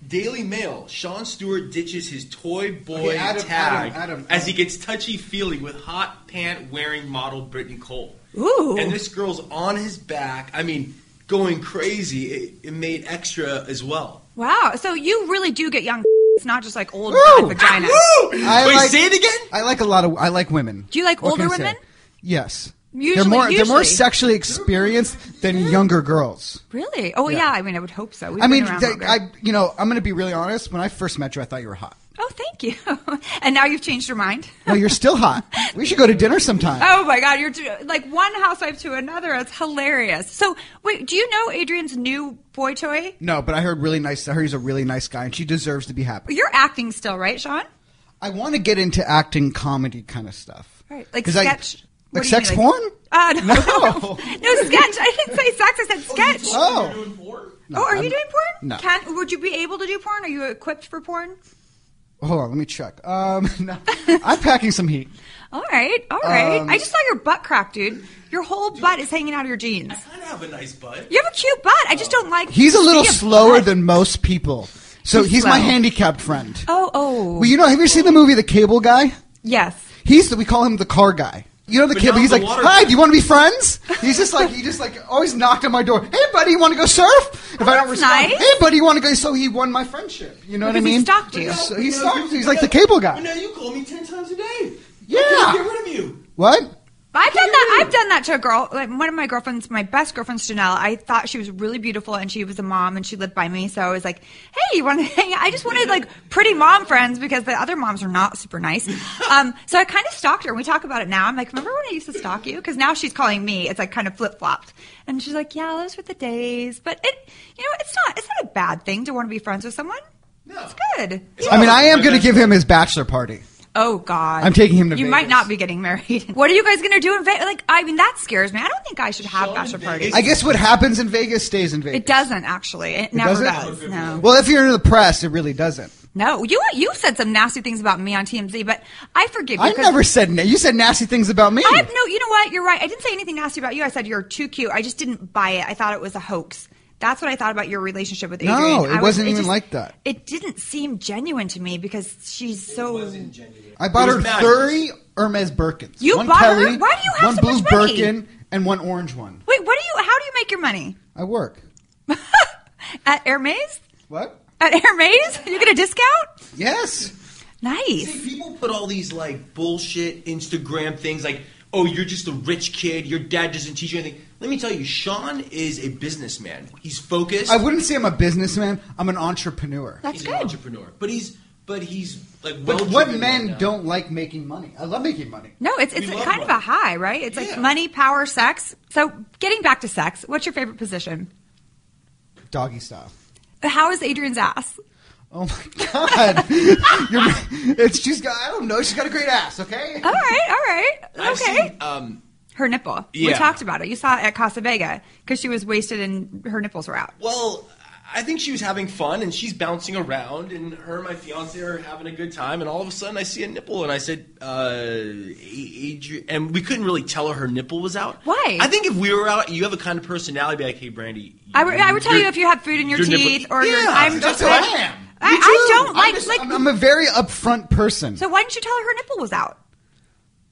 S15: Daily Mail, Sean Stewart ditches his toy boy
S13: Okay, Adam,
S15: tag
S13: Adam, Adam,
S15: as he gets touchy feely with hot pant wearing model Brittany Cole.
S1: Ooh.
S15: And this girl's on his back. I mean, going crazy. It, it made extra as well.
S1: Wow. So you really do get young. It's not just like old
S13: Woo!
S1: vagina.
S13: I
S15: Wait,
S13: like,
S15: say it again.
S13: I like a lot of. I like women.
S1: Do you like
S13: What
S1: older
S13: can I say?
S1: women?
S13: Yes.
S1: Usually-
S13: they're more they're more
S1: usually.
S13: sexually experienced than younger girls.
S1: Really? Oh yeah.
S13: Yeah.
S1: I mean, I would hope so. We've
S13: I mean,
S1: been around
S13: they-
S1: longer.
S13: I you know I'm going to be really honest. When I first met you, I thought you were hot.
S1: oh, thank you. and now you've changed your mind.
S13: No, you're still hot. We should go to dinner sometime.
S1: Oh my God, you're too, like one housewife to another. It's hilarious. So wait, do you know Adrian's new boy toy?
S13: No, but I heard really nice. I heard he's a really nice guy, and she deserves to be happy.
S1: You're acting still, right, Sean?
S13: I want to get into acting, comedy kind of stuff.
S1: Right, like
S13: 'Cause I-
S1: sketch. What
S13: like
S1: do you
S13: sex
S1: mean,
S13: porn.
S1: Uh, no. no, sketch. I didn't say sex. I said sketch.
S13: Oh.
S1: Oh, are
S13: I'm-
S1: you doing porn?
S13: No.
S1: Can would you be able to do porn? Are you equipped for porn?
S13: Hold on, let me check. Um, no, I'm packing some heat.
S1: All right, all right.
S13: Um,
S1: I just saw your butt crack, dude. Your whole butt is hanging out of your jeans.
S15: I have a nice butt. Oh.
S1: You have a cute butt. I just don't like.
S13: He's a little
S1: see
S13: slower than most people, so
S1: He's
S13: he's my
S1: slow.
S13: handicapped friend.
S1: Oh, oh.
S13: Well, you know, have you seen the movie The Cable Guy?
S1: Yes.
S13: He's the, we call him the car guy. You know the
S1: But
S13: cable.
S1: now
S13: He's
S1: the
S13: like,
S1: water
S13: "Hi,
S1: guy."
S13: do you want to be friends?" He's just like he just like always knocked on my door. Hey, buddy, you want to go surf? If I don't respond,
S1: nice.
S13: hey, buddy, you want to go? So he won my friendship. You know what I
S1: Because he
S13: mean? uh,
S1: stalked you.
S13: So
S1: But
S13: he
S1: now-
S13: stalked you. He's
S1: but
S13: like the
S1: now-
S13: cable guy.
S15: But now you call me ten times a day.
S13: Yeah.
S15: I can't get rid of you.
S13: What?
S1: I've done that. I've done that to a girl. Like one of my girlfriends, my best girlfriend, Janelle. I thought she was really beautiful, and she was a mom, and she lived by me. So I was like, "Hey, you want to hang out?" I just wanted like pretty mom friends because the other moms are not super nice. Um, so I kind of stalked her. and We talk about it now. I'm like, "Remember when I used to stalk you?" Because now she's calling me. It's like kind of flip flopped, and she's like, "Yeah, those were the days." But it, you know, it's not. It's not a bad thing to want to be friends with someone. No, it's good.
S13: I mean, I am going to give him his bachelor party.
S1: Oh God!
S13: I'm taking him to
S1: You
S13: Vegas.
S1: might not be getting married. What are you guys gonna do in Vegas? Like, I mean, that scares me. I don't think I should have bachelor parties.
S13: I guess what happens in Vegas stays in Vegas.
S1: it doesn't actually. It,
S13: It
S1: never does.
S13: doesn't?
S1: No,
S13: Well, if you're into the press, it really doesn't.
S1: no. You you said some nasty things about me on TMZ, but I forgive you.
S13: I
S1: 'cause
S13: never said na- you said nasty things about me.
S1: I have no. You know what? You're right. I didn't say anything nasty about you. I said you're too cute. I just didn't buy it. I thought it was a hoax. That's what I thought about your relationship with Adrian.
S13: no,
S1: I
S13: it
S1: was-
S13: wasn't even
S1: just-
S13: like that.
S1: It didn't seem genuine to me because she's so.
S13: I bought
S1: It
S13: her
S1: was madness.
S13: thirty Hermes Birkins.
S1: You
S13: one
S1: bought her?
S13: Kelly,
S1: Why do you have
S13: one
S1: so
S13: blue
S1: much money?
S13: Birkin and one orange one?
S1: Wait, what do you? How do you make your money
S13: I work.
S1: at Hermes?
S13: What?
S1: At Hermes, you get a discount.
S13: Yes.
S1: Nice.
S15: people put all these like bullshit Instagram things like, "Oh, you're just a rich kid. Your dad doesn't teach you anything." Let me tell you, Sean is a businessman. He's focused.
S13: I wouldn't say I'm a businessman. I'm an entrepreneur.
S15: He's an entrepreneur, but he's but he's like well.
S13: But what men don't like making money? I love making money.
S1: No, it's it's kind of a high, right? It's like money, power, sex. So, getting back to sex, what's your favorite position?
S13: Doggy style.
S1: How is Adrian's ass?
S13: Oh my god! You're- it's she's got. I don't know. She's got a great ass. Okay.
S1: All right, all right,
S15: I've
S1: okay.
S15: seen, um,
S1: her nipple. We
S15: Yeah.
S1: talked about it. You saw it at Casa Vega because she was wasted and her nipples were out.
S15: well, I think she was having fun and she's bouncing around, and her and my fiance are having a good time, and all of a sudden I see a nipple, and I said, uh, Adrian, and we couldn't really tell her her nipple was out.
S1: Why?
S15: I think if we were out, you have a kind of personality, be like, hey, Brandy.
S1: I would, I would tell
S15: Your-
S1: you if you have food in your,
S15: your nipple-
S1: teeth or your.
S15: Yeah,
S1: I'm
S15: that's
S1: just
S15: what I
S1: like-
S15: am.
S1: I,
S13: Me
S1: I
S13: too.
S1: don't
S13: I'm
S1: like
S13: just-
S1: like.
S13: I'm, I'm a very upfront person.
S1: so why didn't you tell her her nipple was out?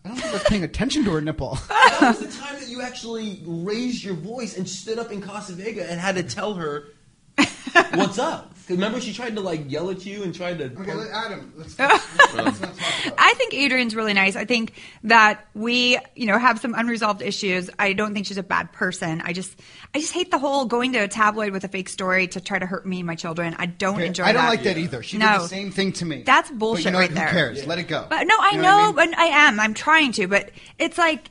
S13: I don't think I was paying attention to her nipple.
S15: That was the time that you actually raised your voice and stood up in Casa Vega and had to tell her what's up. 'Cause remember, she tried to like yell at you and tried to.
S13: Okay, let- Adam, let's,
S1: I think Adrian's really nice. I think that we, you know, have some unresolved issues. I don't think she's a bad person. I just, I just hate the whole going to a tabloid with a fake story to try to hurt me and my children. I don't
S13: Okay,
S1: enjoy.
S13: I don't
S1: that.
S13: like that either. She
S1: no.
S13: did the same thing to me.
S1: That's
S13: But you
S1: bullshit
S13: know,
S1: right
S13: who
S1: there.
S13: cares? Let it go.
S1: But no, I
S13: You
S1: know,
S13: what I mean?
S1: but I am. I'm trying to, but it's like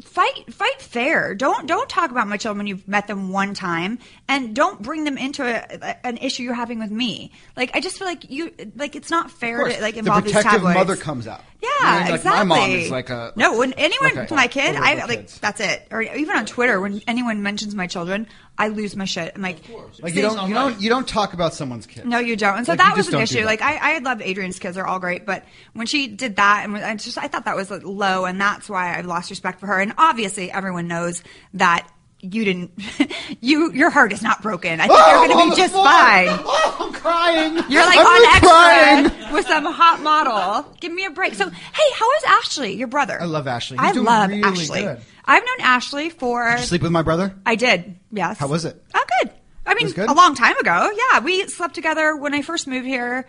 S1: fight fight fair. Don't don't talk about my children when you've met them one time, and don't bring them into a, an issue you're having with me. Like I just feel like you like it's not
S13: Of
S1: fair
S13: course,
S1: to like
S13: the
S1: involve these
S13: protective
S1: tabloids.
S13: mother comes out.
S1: Yeah,
S13: I mean, like,
S1: exactly.
S13: My mom is like a
S1: no. When anyone
S13: like a-
S1: my kid,
S13: over
S1: I
S13: her
S1: like
S13: kids.
S1: that's it. Or even on Twitter, when anyone mentions my children, I lose my shit. I'm like,
S13: Like you don't you don't you don't talk about someone's kid.
S1: no, you don't. And so
S13: Like,
S1: that
S13: you
S1: was
S13: just
S1: an
S13: don't do
S1: issue. Like
S13: that.
S1: I, I love Adrian's kids; they're all great. But when she did that, and I just, I thought that was like, low, and that's why I've lost respect for her. And obviously, everyone knows that you didn't. you, your heart is not broken. I think
S13: Oh,
S1: you're going to
S13: on the
S1: be just
S13: floor.
S1: fine.
S13: Oh, I'm crying.
S1: You're like
S13: I'm
S1: on
S13: really
S1: extra
S13: crying.
S1: with some hot model. Give me a break. So, hey, how is Ashley, your brother?
S13: I love Ashley. He's
S1: I
S13: doing
S1: love
S13: really
S1: Ashley.
S13: Good.
S1: I've known Ashley for.
S13: Did you sleep with my brother?
S1: I did. Yes.
S13: How was it?
S1: Oh, good. I mean,
S13: was good?
S1: a long time ago. Yeah, we slept together when I first moved here.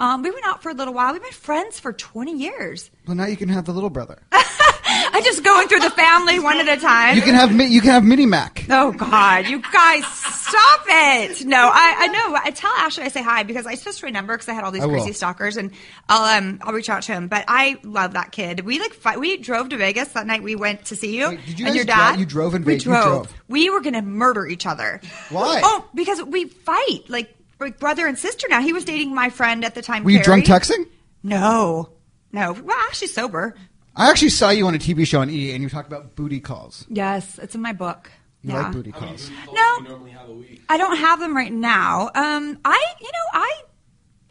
S1: Um, we went out for a little while. We've been friends for 20 years.
S13: Well, now you can have the little brother.
S1: I just going through the family one at a time.
S13: You can have Mi- you can have Mini Mac.
S1: Oh God, you guys, stop it! No, I, I know. I tell Ashley I say hi because I switched my number because I had all these
S13: I will.
S1: crazy stalkers, and I'll um I'll reach out to him. But I love that kid. We like fi- we drove to Vegas that night. We went to see you
S13: did
S1: and
S13: you guys
S1: your dad.
S13: dri- you drove in
S1: we
S13: Vegas? You
S1: Drove.
S13: drove.
S1: We were gonna murder each other.
S13: Why?
S1: Oh, because we fight like like brother and sister now. He was dating my friend at the time.
S13: Were you drunk
S1: Carrie.
S13: texting?
S1: No, no. Well, Ashley's sober.
S13: I actually saw you on a TV show on E, and you talked about booty calls.
S1: Yes, it's in my book.
S13: You
S1: yeah.
S13: like booty calls?
S1: No, I don't have them right now. Um, I, you know, I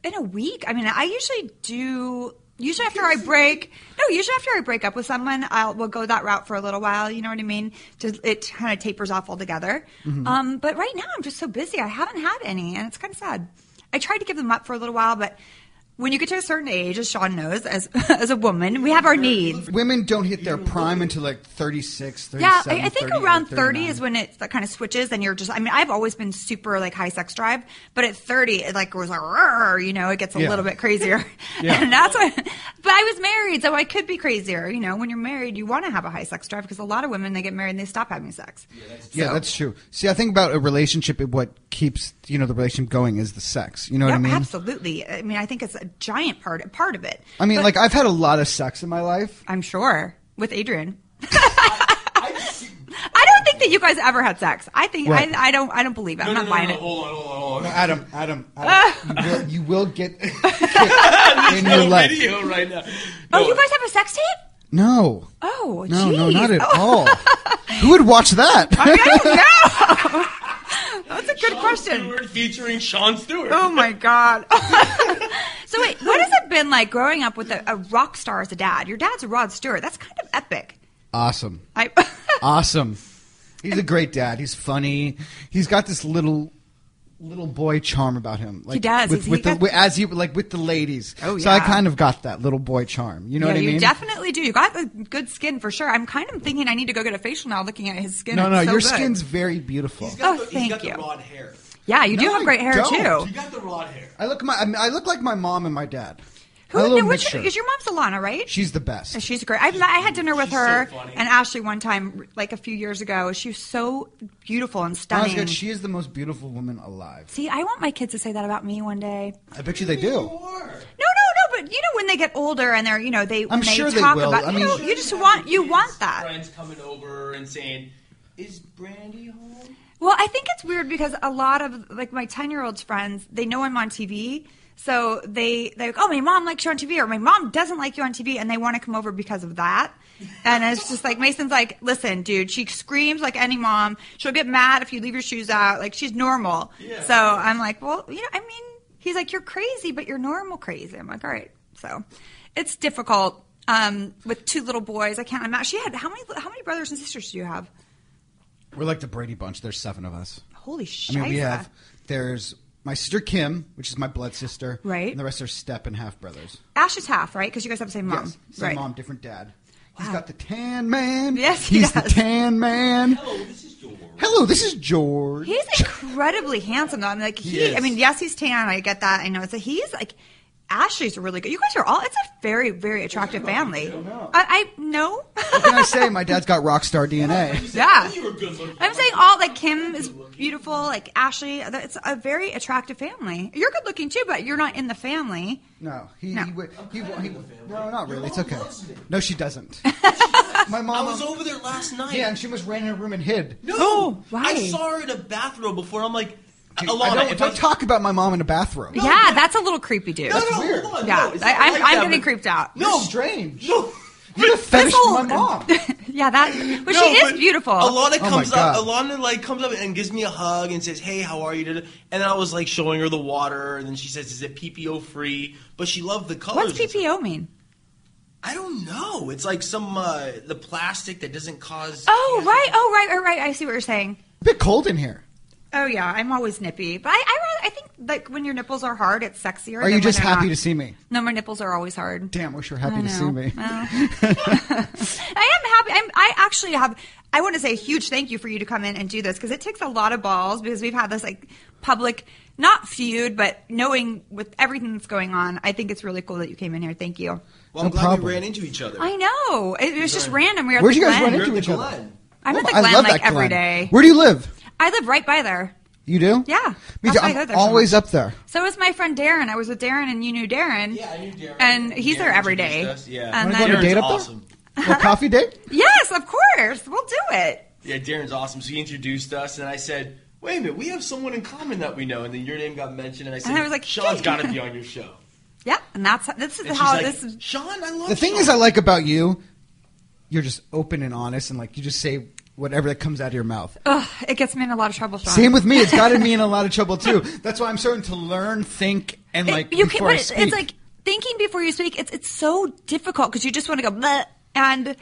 S1: in a week. I mean, I usually do. Usually after I break, no. Usually after I break up with someone, I'll we'll go that route for a little while. You know what I mean? Just, it kind of tapers off altogether.
S13: Mm-hmm.
S16: Mhm.
S1: Um, but right now, I'm just so busy. I haven't had any, and it's kind of sad. I tried to give them up for a little while, but when you get to a certain age, as Sean knows, as as a woman, we have our needs.
S13: Women don't hit their prime until like 36,
S1: Yeah,
S13: 37,
S1: I, I think
S13: 38,
S1: around 30
S13: 39.
S1: is when it that kind of switches, and you're just. I mean, I've always been super like high sex drive, but at 30, it like was like, "Rrr," you know, it gets a
S17: Yeah.
S1: little bit crazier.
S17: Yeah.
S1: and that's what. But I was married, so I could be crazier. You know, when you're married, you want to have a high sex drive because a lot of women they get married and they stop having sex.
S13: Yeah, that's true. See, I think about a relationship. it- What keeps you know the relationship going is the sex. You know what I
S1: Yep,
S13: mean?
S1: Absolutely. I mean, I think it's a giant part, a part of it.
S13: I mean,
S1: But
S13: like I've had a lot of sex in my life.
S1: I'm sure with Adrian. I don't think that you guys ever had sex. I think
S13: Right.
S1: I, I don't. I don't believe it. I'm not buying it.
S15: Hold on, hold on, hold
S13: on. Adam, Adam, Adam you, will, you will get kicked in your
S15: There's no
S13: life.
S15: video right now.
S1: Oh, you guys have a sex tape?
S13: No,
S1: Oh,
S13: no, no,
S1: geez.
S13: not at
S1: Oh.
S13: all. Who would watch that?
S1: That's a good question.
S15: Stewart featuring Sean Stewart.
S1: Oh my god. so wait, what has it been like growing up with a, a rock star as a dad? Your dad's Rod Stewart. That's kind of epic.
S13: Awesome.
S1: I
S13: awesome. He's a great dad. He's funny. He's got this little little boy charm about him. Like,
S1: does.
S13: With,
S1: He's-
S13: with
S1: he
S13: the,
S1: got-
S13: as you like with the ladies.
S1: Oh,
S13: So I
S1: yeah.
S13: kind of got that little boy charm. You know
S1: yeah,
S13: what I mean?
S1: you definitely do. You got the good skin for sure. I'm kind of thinking I need to go get a facial now. Looking at his skin,
S13: no,
S1: It's
S13: no,
S1: so
S13: your
S1: good.
S13: skin's very beautiful.
S1: Oh, thank you. Yeah, you do
S13: No,
S1: have great
S13: I
S1: hair
S13: don't.
S1: too.
S13: You
S15: got the rod hair.
S13: I look my I, mean, I look like my mom and my dad.
S1: Who
S13: My little
S1: no, which,
S13: mixture.
S1: is your mom's Alana, right?
S13: She's the best.
S1: And She's great. I, I had dinner with her and Ashley one time, like a few years ago. She was so beautiful and
S13: Honest
S1: stunning.
S13: to God, she is the most beautiful woman alive.
S1: See, I want my kids to say that about me one day.
S13: I bet you they do.
S1: No, no, no. But you know, when they get older and they're, you know, they
S13: I'm
S1: when they
S13: sure they
S1: talk
S13: will.
S1: about,
S13: I
S1: you, know,
S13: mean-
S1: you just want you want that.
S15: Friends coming over and saying, "Is Brandy home?"
S1: Well, I think it's weird because a lot of like my ten year old's friends, they know I'm on TV. So they they like, oh my mom likes you on TV or my mom doesn't like you on TV and they want to come over because of that. And it's just like Mason's like, listen, dude, she screams like any mom. She'll get mad if you leave your shoes out. Like she's normal.
S17: Yeah.
S1: So I'm like, well, you know, I mean, he's like, you're crazy, but you're normal crazy. I'm like, all right. So it's difficult um, with two little boys. I can't. I'm not. She had how many how many brothers and sisters do you have?
S13: We're like the Brady Bunch. There's seven of us.
S1: Holy
S13: I
S1: shit!
S13: mean, we have there's my sister Kim, which is my blood sister,
S1: Right.
S13: And the rest are step and half brothers.
S1: Ash is half, right? Because you guys have the same mom.
S13: Yes, same
S1: right.
S13: mom, different dad. He's got the tan man.
S1: Yes, he
S13: he's
S1: does.
S13: the tan man. Hello, this is George. Hello, this is George.
S1: He's incredibly handsome, though. I'm like, he,
S13: He is.
S1: I mean, yes, he's tan. I get that. I know. It's a, he's like, Ashley's really good. You guys are all, it's a very, very attractive family. I, I know.
S13: what can I say? My dad's got rock star DNA.
S1: Yeah. I'm saying all, like, Kim is beautiful, like, Ashley. It's a very attractive family. You're good looking, too, but you're not in the family.
S13: No, he he, would- he, would- he, no, not really. It's okay. No, she doesn't. My mom
S15: I was over there last night.
S13: Yeah, and she was ran in her room and hid.
S15: No,
S1: Oh,
S15: I saw her in a bathrobe before. I'm like,
S13: Dude,
S15: Alana,
S13: I don't,
S15: if
S13: don't talk about my mom in a bathrobe.
S1: yeah, that's a little creepy, dude.
S13: That's No, no, weird. hold on,
S1: Yeah,
S13: no, it's
S1: I,
S13: not
S1: I'm, I'm
S13: like that,
S1: getting
S13: but-
S1: creeped out.
S13: No, strange. No, you fetish my mom.
S1: yeah, that. But
S15: No,
S1: she is
S15: but
S1: beautiful.
S13: Oh
S15: Alana comes up. Alana like comes up and gives me a hug and says, "Hey, how are you?" And then I was like showing her the water, and then she says, "Is it PPO free?" But she loved the colors.
S1: What's PPO mean?
S15: I don't know. It's like some uh, the plastic that doesn't cause.
S1: Oh right, oh right, right, right. I see what you're saying.
S13: A bit cold in here.
S1: Oh yeah, I'm always nippy, but I, I, rather- I think like when your nipples are hard, it's sexier.
S13: Are
S1: than
S13: you
S1: when
S13: just
S1: they're
S13: happy
S1: not.
S13: to see me?
S1: No, my nipples are always hard.
S13: Damn, wish you were happy
S1: I
S13: to see
S1: know.
S13: me.
S1: I am happy. I'm, I actually have. I want to say a huge thank you for you to come in and do this because it takes a lot of balls because we've had this like public not feud, but knowing with everything that's going on, I think it's really cool that you came in here. Thank you.
S15: Well, I'm glad we ran into each other.
S1: I know it, was just random. We were at
S13: Where'd
S1: the
S13: you guys
S1: Glen.
S13: run into each other? Oh,
S1: I'm at the
S13: I
S1: Glen
S13: love
S1: like
S13: that
S1: every
S13: Glen.
S1: day.
S13: Where do you live?
S1: I live right by there.
S13: You do?
S1: Yeah.
S13: Me
S1: That's
S13: too.
S1: why I go
S13: I'm
S1: there
S13: always
S1: so much.
S13: up there.
S1: So was my friend Darren. I was with Darren, and you knew Darren. Yeah, I knew Darren. And he's there every day.
S15: Yeah.
S1: And
S13: Wanna go
S1: then-
S13: on a date up there? For a coffee date?
S1: Yes, of course. We'll do it.
S15: Yeah, Darren's awesome. So he introduced us, and I said, "Wait a minute, we have someone in common that we know." And then your name got mentioned, and I said,
S1: And I was like,
S15: "Sean's
S1: "Hey."
S15: got to be on your show."
S1: Yep. And that's this is
S15: And she's
S1: how
S15: like,
S1: this is.
S15: Sean, I love
S13: The thing is, I like about you, you're just open and honest, and like you just say whatever that comes out of your mouth.
S1: Ugh, it gets me in a lot of trouble. Sean.
S13: Same with me. It's gotten me in a lot of trouble too. That's why I'm starting to learn, think, and
S1: It-
S13: like
S1: you but
S13: before I
S1: it's-
S13: speak,
S1: it's like thinking before you speak. It's it's so difficult because you just want to go bleh, and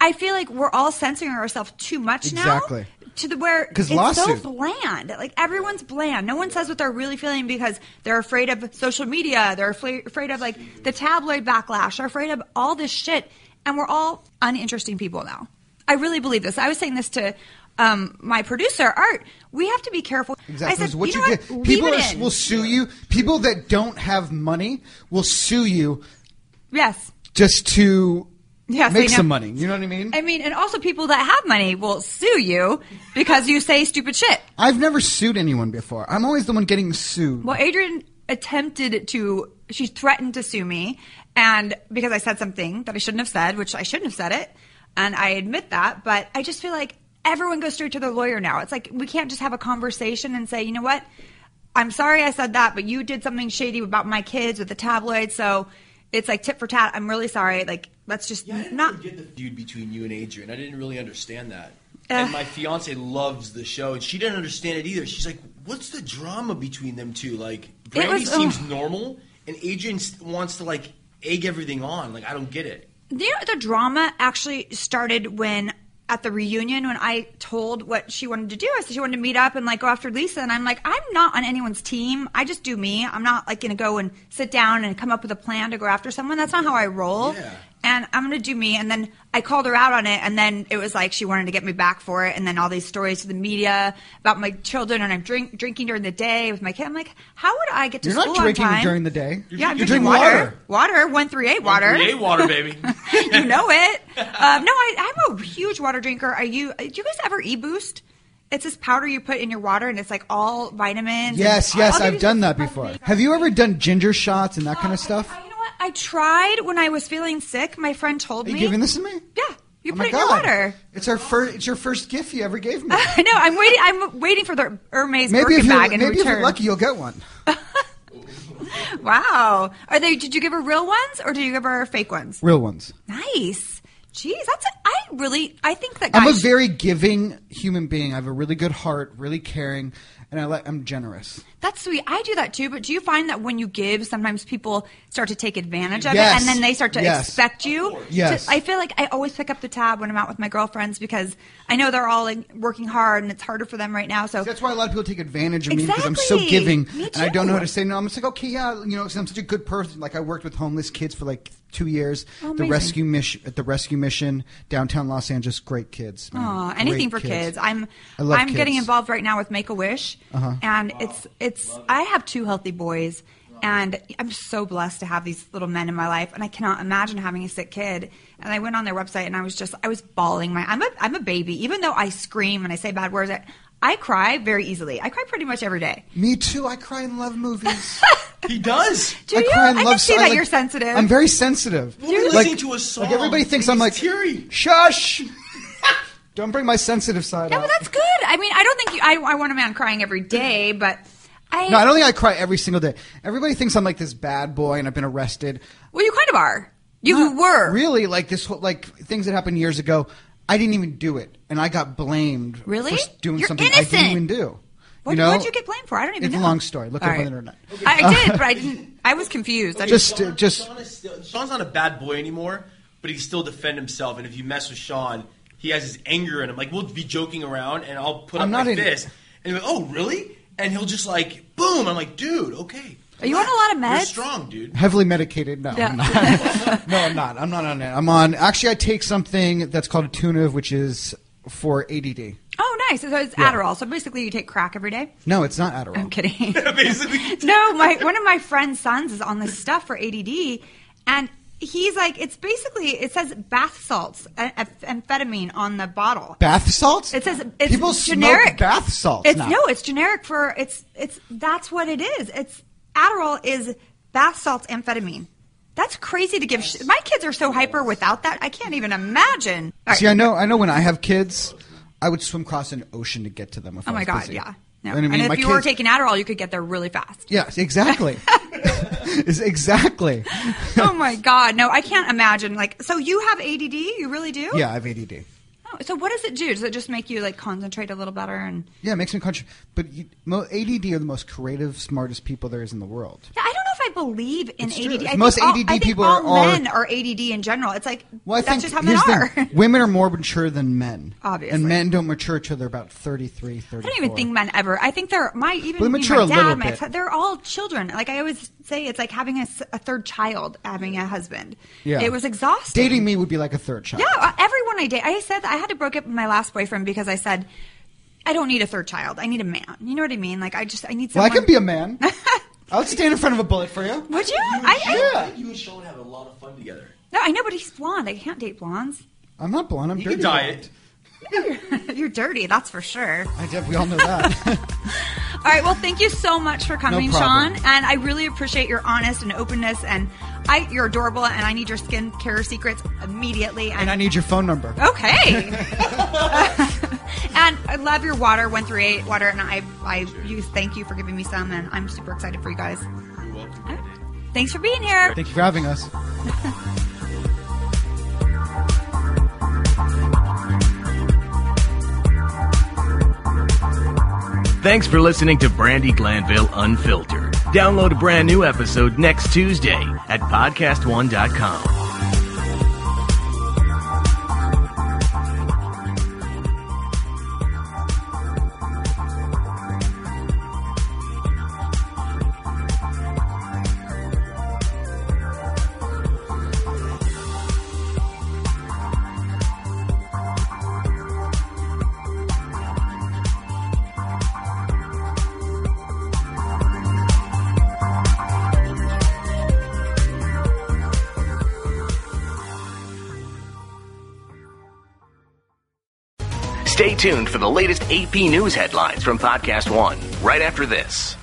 S1: I feel like we're all censoring ourselves too much
S13: Exactly.
S1: now. To the where
S13: 'Cause
S1: it's
S13: lawsuit.
S1: so bland. Like everyone's bland. No one says what they're really feeling because they're afraid of social media. They're afla- afraid of like the tabloid backlash. They're afraid of all this shit. And we're all uninteresting people now. I really believe this. I was saying this to um, my producer, Art. We have to be careful.
S13: Exactly.
S1: I said,
S13: is what
S1: you,
S13: you,
S1: know what?
S13: get.
S1: Leave
S13: People
S1: it
S13: are-
S1: in.
S13: will sue you. People that don't have money will sue you
S1: yes.
S13: just to
S1: Yes,
S13: make
S1: they know.
S13: some money. You know what I mean?
S1: I mean, and also people that have money will sue you because you say stupid shit.
S13: I've never sued anyone before. I'm always the one getting sued.
S1: Well, Adrian attempted to, she threatened to sue me, and because I said something that I shouldn't have said, which I shouldn't have said it, and I admit that, but I just feel like everyone goes straight to their lawyer now. It's like we can't just have a conversation and say, you know what, I'm sorry I said that, but you did something shady about my kids with the tabloid, so it's like tit for tat. I'm really sorry. Like, let's just not.
S15: get the feud between you and Adrian. I didn't really understand that.
S1: Uh.
S15: and my fiance loves the show, and she didn't understand it either. She's like, "What's the drama between them two? Like, Brandy
S1: was-
S15: seems
S1: ugh.
S15: normal, and Adrian s- wants to like egg everything on. Like, I don't get it."
S1: Do you know the drama actually started when at the reunion when I told what she wanted to do? I said she wanted to meet up and like go after Lisa, and I'm like, I'm not on anyone's team. I just do me. I'm not like gonna go and sit down and come up with a plan to go after someone. That's not how I roll. And I'm gonna do me. And then I called her out on it, and then it was like she wanted to get me back for it. And then all these stories to the media about my children, and I'm drink drinking during the day with my kid. I'm like, how would I get to
S13: You're
S1: school
S13: not
S1: on
S13: drinking
S1: time?
S13: during the day.
S1: yeah, I'm
S13: You're
S1: drinking
S13: drinking
S1: water. Water, one three eight water.
S15: Create water, baby.
S1: you know it. Um, no, I, I'm a huge water drinker. Are you? uh, Do you guys ever e-boost? It's this powder you put in your water, and it's like all vitamins.
S13: Yes,
S1: and
S13: yes,
S1: I'll give
S13: I've
S1: you-
S13: done that before. Have you ever done ginger shots and that kind of stuff?
S1: Uh, You know what? I tried when I was feeling sick. My friend told
S13: Are you
S1: me.
S13: giving this to me?
S1: Yeah, you
S13: Oh
S1: put
S13: my
S1: it in your
S13: God.
S1: water.
S13: It's our first. It's your first gift you ever gave me.
S1: I know. I'm waiting. I'm waiting for the Hermes
S13: maybe if
S1: Birkin
S13: you
S1: bag in
S13: maybe if
S1: return.
S13: you're lucky, you'll get one.
S1: Wow. Are they? Did you give her real ones or did you give her fake ones?
S13: Real ones.
S1: Nice. Jeez, that's. A, I really. I think that.
S13: I'm a
S1: Guys,
S13: very giving human being. I have a really good heart, really caring, and I like I'm generous.
S1: That's sweet. I do that too, but do you find that when you give, sometimes people start to take advantage of
S13: Yes.
S1: it and then they start to
S13: Yes.
S1: expect you?
S13: Yes.
S1: to- I feel like I always pick up the tab when I'm out with my girlfriends because I know they're all like, working hard and it's harder for them right now. So
S13: That's why a lot of people take advantage of me because I'm so
S1: Exactly.
S13: giving,
S1: Me
S13: and I don't know
S1: too.
S13: how to say no. I'm just like, okay, yeah, you know, 'cause I'm such a good person. Like I worked with homeless kids for like two years.
S1: Oh,
S13: the
S1: amazing.
S13: rescue mission at the rescue mission downtown Los Angeles. Great kids. man.
S1: Aw,
S13: Mm. Great
S1: anything for kids. I'm
S13: I love
S1: I'm getting
S13: kids.
S1: involved right now with Make a Wish,
S13: Uh-huh.
S1: and it's it's I have two healthy boys, and I'm so blessed to have these little men in my life, and I cannot imagine having a sick kid. And I went on their website, and I was just I was bawling my I'm a I'm a baby, even though I scream and I say bad words. I, I cry very easily. I cry pretty much every day.
S13: Me too. I cry in love movies.
S15: he does.
S1: Do you?
S13: cry in
S1: I
S13: love
S1: can see
S13: so- I
S1: that
S13: like-
S1: you're sensitive.
S13: I'm very sensitive.
S15: We'll be listening to a song
S13: Like everybody thinks I'm like teary. Shush. Don't bring my sensitive side
S1: No,
S13: out.
S1: but that's good. I mean, I don't think you, I I want a man crying every day, but I
S13: No, I don't think I cry every single day. Everybody thinks I'm like this bad boy and I've been arrested.
S1: Well, you kind of are. You were.
S13: Really, like this whole, like things that happened years ago, I didn't even do it. And I got blamed
S1: Really?
S13: for s- doing
S1: You're
S13: something I
S1: innocent.
S13: didn't even do.
S1: What,
S13: you know?
S1: what'd you get blamed for? I don't even
S13: It's
S1: know.
S13: a long story. Look it
S1: All
S13: up on the internet.
S1: I, I did, but I didn't. I was confused. I
S13: Just,
S1: didn't-
S13: uh, just.
S15: Sean is still, Sean's not a bad boy anymore, but he can still defend himself. And if you mess with Sean, he has his anger in him. Like we'll be joking around, and I'll put
S13: I'm
S15: up
S13: not
S15: my
S13: in-
S15: fist, and he'll be like, "Oh, really?" And he'll just like, "Boom!" I'm like, "Dude, okay."
S1: Are you on a lot of
S15: You're
S1: meds?
S15: strong, dude.
S13: Heavily medicated. No,
S1: Yeah.
S13: I'm not. no, I'm not. I'm not on it. I'm on. Actually, I take something that's called a tuniv, which is for ADD.
S1: oh, nice. So it's Adderall. So basically, you take crack every day.
S13: No, it's not Adderall.
S1: I'm kidding. no, my one of my friend's sons is on this stuff for ADD, and he's like, it's basically it says bath salts, a- a- amphetamine on the bottle.
S13: Bath salts?
S1: It says it's
S13: People
S1: generic
S13: smoke bath salts
S1: It's
S13: now.
S1: no, it's generic for it's it's that's what it is. It's Adderall is bath salts amphetamine. That's crazy to give. Sh- My kids are so hyper without that. I can't even imagine. All right.
S13: See, I know, I know. When I have kids, I would swim across an ocean to get to them. If
S1: Oh
S13: I
S1: my
S13: was
S1: god,
S13: busy.
S1: yeah. No.
S13: You know what I mean,
S1: and if
S13: my
S1: you were
S13: kids-
S1: taking Adderall, you could get there really fast.
S13: yes, exactly. Is exactly.
S1: oh my god, no, I can't imagine. Like, so you have ADD? You really do?
S13: Yeah, I have ADD.
S1: Oh, so what does it do? Does it just make you like concentrate a little better? And
S13: Yeah, it makes me conscious. But you, mo- ADD are the most creative, smartest people there is in the world.
S1: yeah, I don't know if believe in
S13: It's true.
S1: ADD. I
S13: Most
S1: think all,
S13: ADD
S1: I think
S13: people
S1: all
S13: are-
S1: men are ADD in general. It's like
S13: Well, I
S1: that's
S13: think
S1: just how men
S13: here's the
S1: are.
S13: thing. women are more mature than men.
S1: Obviously.
S13: And men don't mature till they're about 33, 34.
S1: I don't even think men ever. I think they're my even
S13: Well,
S1: me,
S13: mature
S1: my
S13: a
S1: dad,
S13: little
S1: my
S13: bit.
S1: fa- they're all children. Like I always say, it's like having a, s- a third child, having a husband.
S13: Yeah.
S1: It was exhausting.
S13: Dating me would be like a third child.
S1: Yeah, uh, everyone I date, I said I had to break up with my last boyfriend because I said I don't need a third child. I need a man. You know what I mean? Like I just I need
S13: Well, I
S1: someone.
S13: can be a man. I would stand in front of a bullet for you.
S1: Would you?
S15: and
S1: I,
S15: Sean-
S1: I,
S15: think you and Sean have a lot of fun together.
S1: no, I know, but he's blonde. I can't date blondes.
S13: I'm not blonde. I'm
S15: You
S13: dirty.
S15: can diet.
S1: You're dirty, that's for sure.
S13: I did. We all know that.
S1: All right, well, thank you so much for coming, Sean,
S13: problem.
S1: and I really appreciate your honest and openness. And I, you're adorable, and I need your skincare secrets immediately. And,
S13: and I need your phone number.
S1: Okay. and I love your water, 138 water. And I, I use, thank you for giving me some. And I'm super excited for you guys.
S15: You're welcome.
S1: Thanks for being here.
S13: Thank you for having us.
S6: Thanks for listening to Brandy Glanville Unfiltered. Download a brand new episode next Tuesday at podcastone.com. Stay tuned for the latest AP news headlines from Podcast One right after this.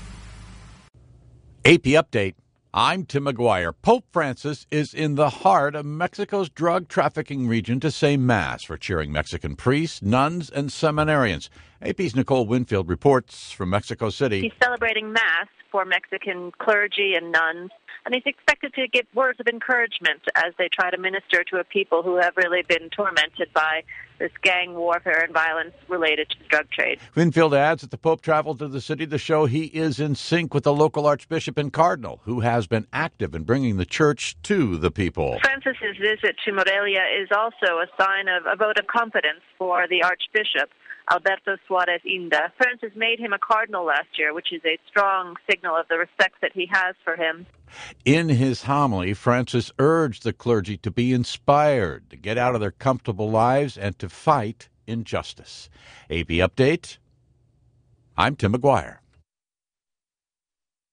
S16: AP Update. I'm Tim McGuire. Pope Francis is in the heart of Mexico's drug trafficking region to say Mass for cheering Mexican priests, nuns, and seminarians. AP's Nicole Winfield reports from Mexico City.
S17: He's celebrating Mass for Mexican clergy and nuns, and he's expected to give words of encouragement as they try to minister to a people who have really been tormented by this gang warfare and violence related to the drug trade.
S16: Winfield adds that the Pope traveled to the city to show he is in sync with the local Archbishop and Cardinal, who has been active in bringing the church to the people.
S17: Francis's visit to Morelia is also a sign of a vote of confidence for the Archbishop. Alberto Suarez Inda. Francis made him a cardinal last year, which is a strong signal of the respect that he has for him.
S16: In his homily, Francis urged the clergy to be inspired, to get out of their comfortable lives, and to fight injustice. AP Update I'm Tim McGuire.